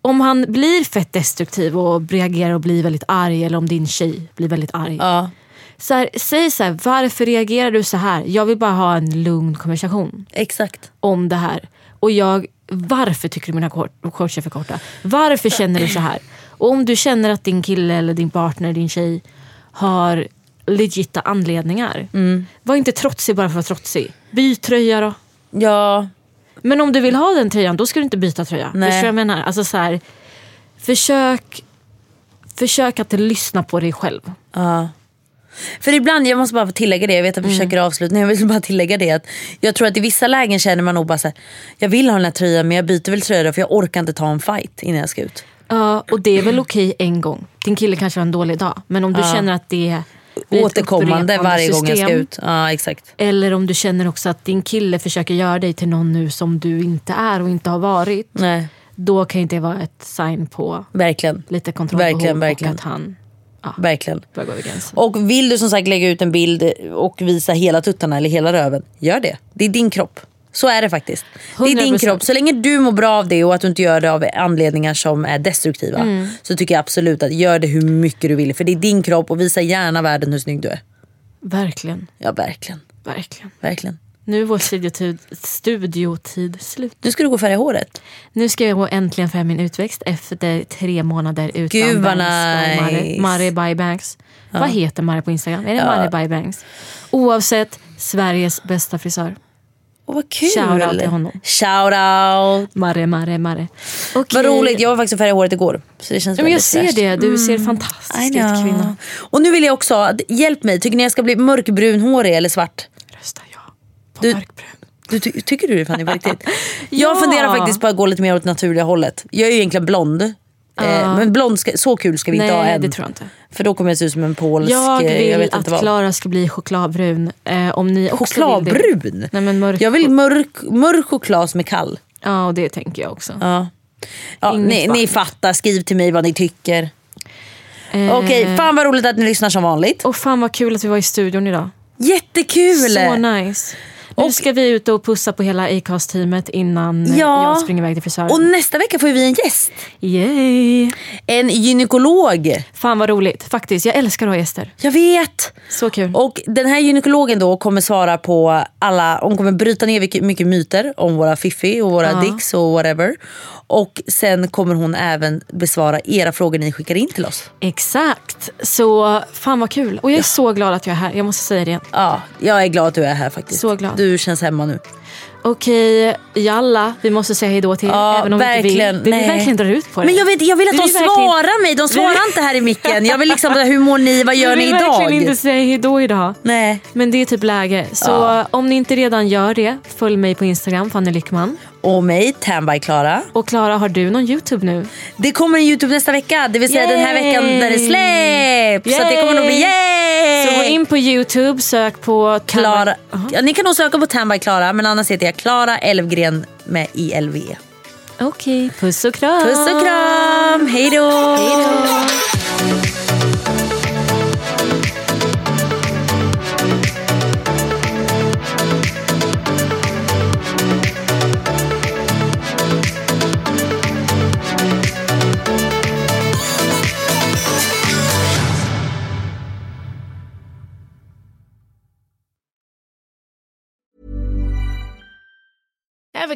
Speaker 2: Om han blir fett destruktiv och reagerar och blir väldigt arg eller om din tjej blir väldigt arg.
Speaker 1: Ja.
Speaker 2: Så här, säg så här, varför reagerar du så här? Jag vill bara ha en lugn konversation.
Speaker 1: Exakt.
Speaker 2: om det här. Och jag, varför tycker du mina kor- shorts är för korta? Varför känner du så här? Och om du känner att din kille eller din partner, din tjej har legitta anledningar.
Speaker 1: Mm.
Speaker 2: Var inte trotsig bara för att vara trotsig. Byt tröja då.
Speaker 1: Ja,
Speaker 2: Men om du vill ha den tröjan, då ska du inte byta tröja.
Speaker 1: Nej.
Speaker 2: Förstår du vad jag menar? Alltså så här, försök, försök att lyssna på dig själv.
Speaker 1: Ja. För ibland, jag måste bara få tillägga det, jag vet att vi
Speaker 2: Mm.
Speaker 1: försöker avsluta, men jag vill bara tillägga det att jag tror att i vissa lägen känner man nog bara så här, jag vill ha den här tröjan men jag byter väl tröja då, för jag orkar inte ta en fight innan jag ska ut.
Speaker 2: Ja, och det är väl okej en gång. Din kille kanske har en dålig dag. Men om du
Speaker 1: Ja.
Speaker 2: känner att det blir ett
Speaker 1: Återkommande
Speaker 2: upprepande
Speaker 1: varje gång jag ska
Speaker 2: system,
Speaker 1: ut. Ja, exakt.
Speaker 2: Eller om du känner också att din kille försöker göra dig till någon nu som du inte är och inte har varit.
Speaker 1: Nej.
Speaker 2: Då kan ju det vara ett sign på
Speaker 1: Verkligen.
Speaker 2: lite kontrollbehov
Speaker 1: Verkligen,
Speaker 2: och
Speaker 1: verkligen.
Speaker 2: att han
Speaker 1: Verkligen.
Speaker 2: börjar gå över gränsen.
Speaker 1: Och vill du som sagt lägga ut en bild och visa hela tuttarna eller hela röven, gör det. Det är din kropp. Så är det faktiskt. Det är din
Speaker 2: 100%.
Speaker 1: kropp. Så länge du mår bra av det och att du inte gör det av anledningar som är destruktiva
Speaker 2: Mm.
Speaker 1: så tycker jag absolut att gör det hur mycket du vill. För det är din kropp och visa gärna världen hur snygg du är.
Speaker 2: Verkligen.
Speaker 1: Ja, verkligen.
Speaker 2: Verkligen.
Speaker 1: Verkligen.
Speaker 2: Nu är vår studiotid, studiotid slut.
Speaker 1: Nu ska du gå och färga håret.
Speaker 2: Nu ska jag gå äntligen färga min utväxt efter tre månader utan
Speaker 1: Gud, vad
Speaker 2: Banks och Mare.
Speaker 1: nice.
Speaker 2: Mare by Banks.
Speaker 1: Ja.
Speaker 2: Vad heter Mare på Instagram? Är det
Speaker 1: Ja.
Speaker 2: Mare by Banks? Oavsett, Sveriges bästa frisör.
Speaker 1: Åh, vad kul.
Speaker 2: Shoutout till honom.
Speaker 1: Shoutout.
Speaker 2: Mare, Mare, Mare.
Speaker 1: Vad roligt, jag var faktiskt och färgade håret igår. Så det känns
Speaker 2: Ja, men jag
Speaker 1: väldigt
Speaker 2: ser
Speaker 1: fräscht.
Speaker 2: det. Du ser
Speaker 1: Mm. I
Speaker 2: fantastisk ut
Speaker 1: know.
Speaker 2: kvinna.
Speaker 1: Och nu vill jag också, att- hjälp mig, tycker ni jag ska bli mörkbrunhårig eller svart? Rösta ja på du, mörkbrun. Du, ty- tycker du det Fanny på riktigt? Jag
Speaker 2: Ja.
Speaker 1: funderar faktiskt på att gå lite mer åt naturliga hållet. Jag är ju egentligen blond. Eh,
Speaker 2: Ja.
Speaker 1: men blond, ska, så kul ska vi inte
Speaker 2: Nej,
Speaker 1: ha än.
Speaker 2: det tror jag inte.
Speaker 1: För då kommer jag se ut som en polsk,
Speaker 2: Jag
Speaker 1: eh,
Speaker 2: vill
Speaker 1: jag vet
Speaker 2: att
Speaker 1: inte vad.
Speaker 2: Klara ska bli chokladbrun. Eh, om ni också Vill det.
Speaker 1: Chokladbrun?
Speaker 2: Nej, men mörk.
Speaker 1: Jag vill mörk, mörk choklad som är kall.
Speaker 2: Ja, och det tänker jag också.
Speaker 1: Ja. Ja,
Speaker 2: Inget
Speaker 1: ni, ni
Speaker 2: varmt.
Speaker 1: fattar, skriv till mig vad ni tycker.
Speaker 2: Eh,
Speaker 1: Okej, fan vad roligt att ni lyssnar som vanligt.
Speaker 2: Och fan vad kul att vi var i studion idag.
Speaker 1: Jättekul!
Speaker 2: Så nice. Nu ska vi ut och pussa på hela Acast-teamet innan eh,
Speaker 1: Ja.
Speaker 2: jag springer iväg till frisören.
Speaker 1: Och nästa vecka får vi en gäst.
Speaker 2: Yay!
Speaker 1: En gynekolog.
Speaker 2: Fan vad roligt. Faktiskt, jag älskar att ha gäster.
Speaker 1: Jag vet.
Speaker 2: Så kul.
Speaker 1: Och den här gynekologen då kommer svara på alla, hon kommer bryta ner vilka- mycket myter om våra fiffi och våra
Speaker 2: Ja.
Speaker 1: dicks och whatever. Och sen kommer hon även besvara era frågor ni skickar in till oss.
Speaker 2: Exakt. Så fan vad kul. Och jag är så glad att jag är här. Jag måste säga det.
Speaker 1: Ja, jag är glad att du är här faktiskt.
Speaker 2: Så glad.
Speaker 1: Du känns hemma nu.
Speaker 2: Okej, jalla. Vi måste säga hejdå till
Speaker 1: Ja,
Speaker 2: även om
Speaker 1: verkligen.
Speaker 2: vi inte vill. Det
Speaker 1: Nej.
Speaker 2: vi verkligen drar ut på det.
Speaker 1: Men jag, vet, jag vill att
Speaker 2: Vi
Speaker 1: de
Speaker 2: verkligen-
Speaker 1: svarar mig, de
Speaker 2: Vi-
Speaker 1: svarar inte här i micken. Jag vill liksom, hur mår ni, vad gör
Speaker 2: Vi
Speaker 1: ni
Speaker 2: vill
Speaker 1: idag?
Speaker 2: verkligen inte säga hejdå idag.
Speaker 1: Nej.
Speaker 2: Men det är typ läge. Så
Speaker 1: Ja.
Speaker 2: om ni inte redan gör det, följ mig på Instagram, Fanny Lyckman.
Speaker 1: Och mig, Tan by Klara.
Speaker 2: Och Klara, har du någon YouTube nu?
Speaker 1: Det kommer en Youtube nästa vecka, det vill säga den här
Speaker 2: Yay!
Speaker 1: veckan när det släpps. Så att det kommer nog bli yay!
Speaker 2: Så gå in på YouTube, sök på
Speaker 1: Eh. Klara.
Speaker 2: Tan- Aha.
Speaker 1: Ja, ni kan nog söka på Tan by Klara men annars heter jag Klara Elfgren med ILV.
Speaker 2: Okej, puss och kram.
Speaker 1: E. Puss och
Speaker 2: Ah.
Speaker 1: kram, hej då!
Speaker 3: Ever